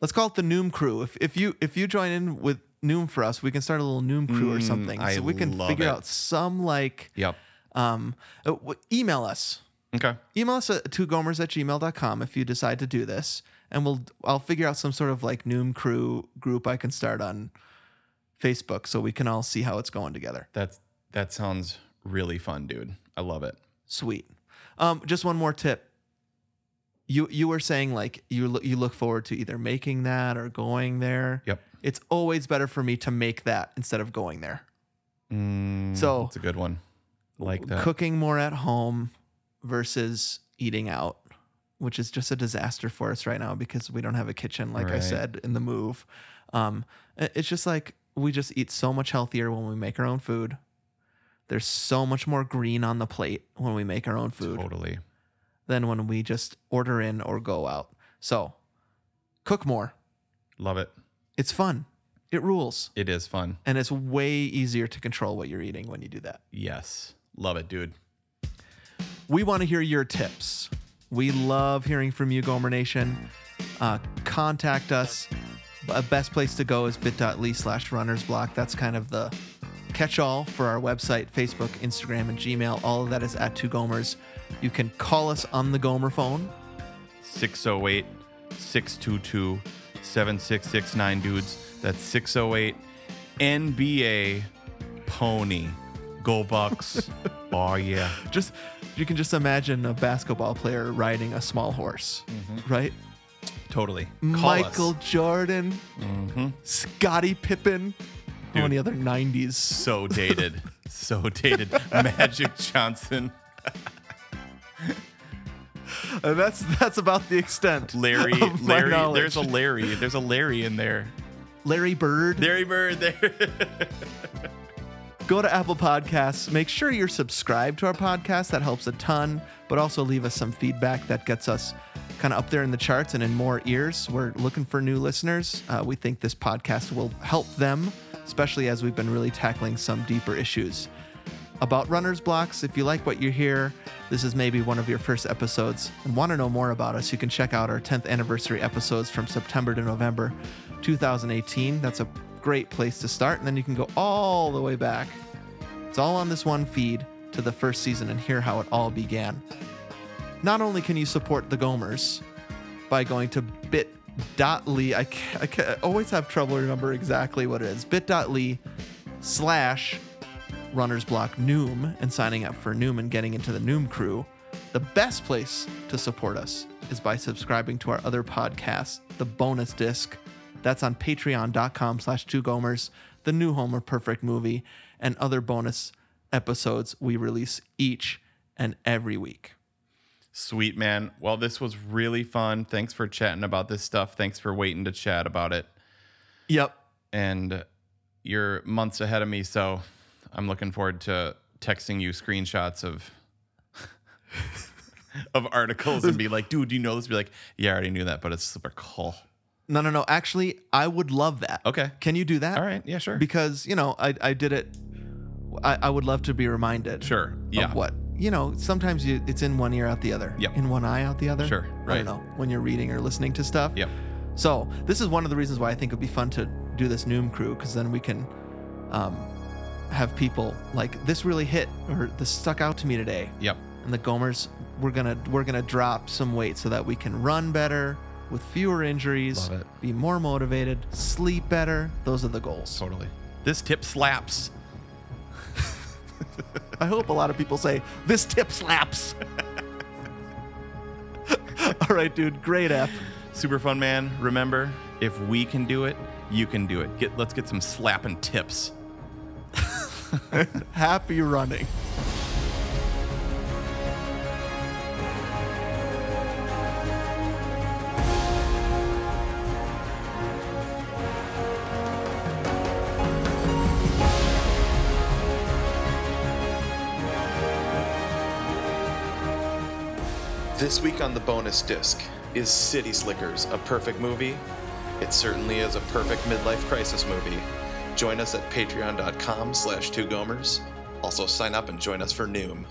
Let's call it the Noom crew. If if you if you join in with Noom for us, we can start a little Noom crew or something. I so we can love figure it. out some like Yep. um uh, w- email us. Okay. Email us at two gomers at gmail.com if you decide to do this. And we'll I'll figure out some sort of like Noom crew group I can start on Facebook so we can all see how it's going together. That's, that sounds really fun, dude. I love it. Sweet. Um, just one more tip. You you were saying like you lo- you look forward to either making that or going there. Yep. It's always better for me to make that instead of going there. Mm, So- it's a good one. Like that. Cooking more at home versus eating out, which is just a disaster for us right now because we don't have a kitchen, like I Right. said in the move. Um, i- it's just like we just eat so much healthier when we make our own food. There's so much more green on the plate when we make our own food. Totally. than when we just order in or go out. So cook more. Love it. It's fun. It rules. It is fun. And it's way easier to control what you're eating when you do that. Yes. Love it, dude. We want to hear your tips. We love hearing from you, Gomer Nation. Uh, contact us. A best place to go is bit.ly slash runners block. That's kind of the catch all for our website, Facebook, Instagram, and Gmail. All of that is at two Gomers. You can call us on the Gomer phone, 608 622 7669, dudes. That's 608 NBA Pony. Go [LAUGHS] Bucks. oh, yeah. just you can just imagine a basketball player riding a small horse, right? Totally. Michael Jordan, Scottie Pippen, how Dude. many other '90s? So dated. so [LAUGHS] dated. Magic Johnson. Uh, that's that's about the extent. Larry. of Oh my Larry. knowledge. There's a Larry. There's a Larry in there. Larry Bird. Larry Bird there. [LAUGHS] Go to Apple Podcasts. Make sure you're subscribed to our podcast. That helps a ton. But also leave us some feedback that gets us kind of up there in the charts and in more ears. We're looking for new listeners. Uh, we think this podcast will help them, especially as we've been really tackling some deeper issues. about runner's blocks. If you like what you hear, this is maybe one of your first episodes and want to know more about us, you can check out our 10th anniversary episodes from September to November 2018. That's a great place to start. And then you can go all the way back. It's all on this one feed to the first season and hear how it all began. Not only can you support the Gomers by going to bit.ly, I, ca- I, ca- I always have trouble remember exactly what it is bit.ly slash runner's block Noom and signing up for Noom and getting into the Noom crew, the best place to support us is by subscribing to our other podcast, The Bonus Disc. That's on patreon.com slash two gomers, the new home of perfect movie, and other bonus episodes we release each and every week. Sweet man. Well, this was really fun. Thanks for chatting about this stuff. Thanks for waiting to chat about it. Yep. And you're months ahead of me, so I'm looking forward to texting you screenshots of [LAUGHS] of articles and be like, dude, do you know this? Be like, yeah, I already knew that, but it's super cool. No, no, no. Actually, I would love that. Okay. Can you do that? All right. Yeah, sure. Because, you know, I, I did it. I, I would love to be reminded. sure. Yeah. of what you know sometimes you, it's in one ear out the other Yep. in one eye out the other Sure, i right. don't know when you're reading or listening to stuff Yep. so this is one of the reasons why i think it would be fun to do this noom crew because then we can um, have people like this really hit or this stuck out to me today Yep. and the gomers we're gonna we're gonna drop some weight so that we can run better with fewer injuries Love it. be more motivated sleep better those are the goals Totally. This tip slaps. I hope a lot of people say, this tip slaps. [LAUGHS] All right, dude. Great app. Super fun, man. Remember, if we can do it, you can do it. Get let's get some slapping tips. Happy running. This week on the bonus disc is City Slickers a perfect movie? It certainly is a perfect midlife crisis movie. Join us at patreon.com slash two gomers. Also sign up and join us for Noom.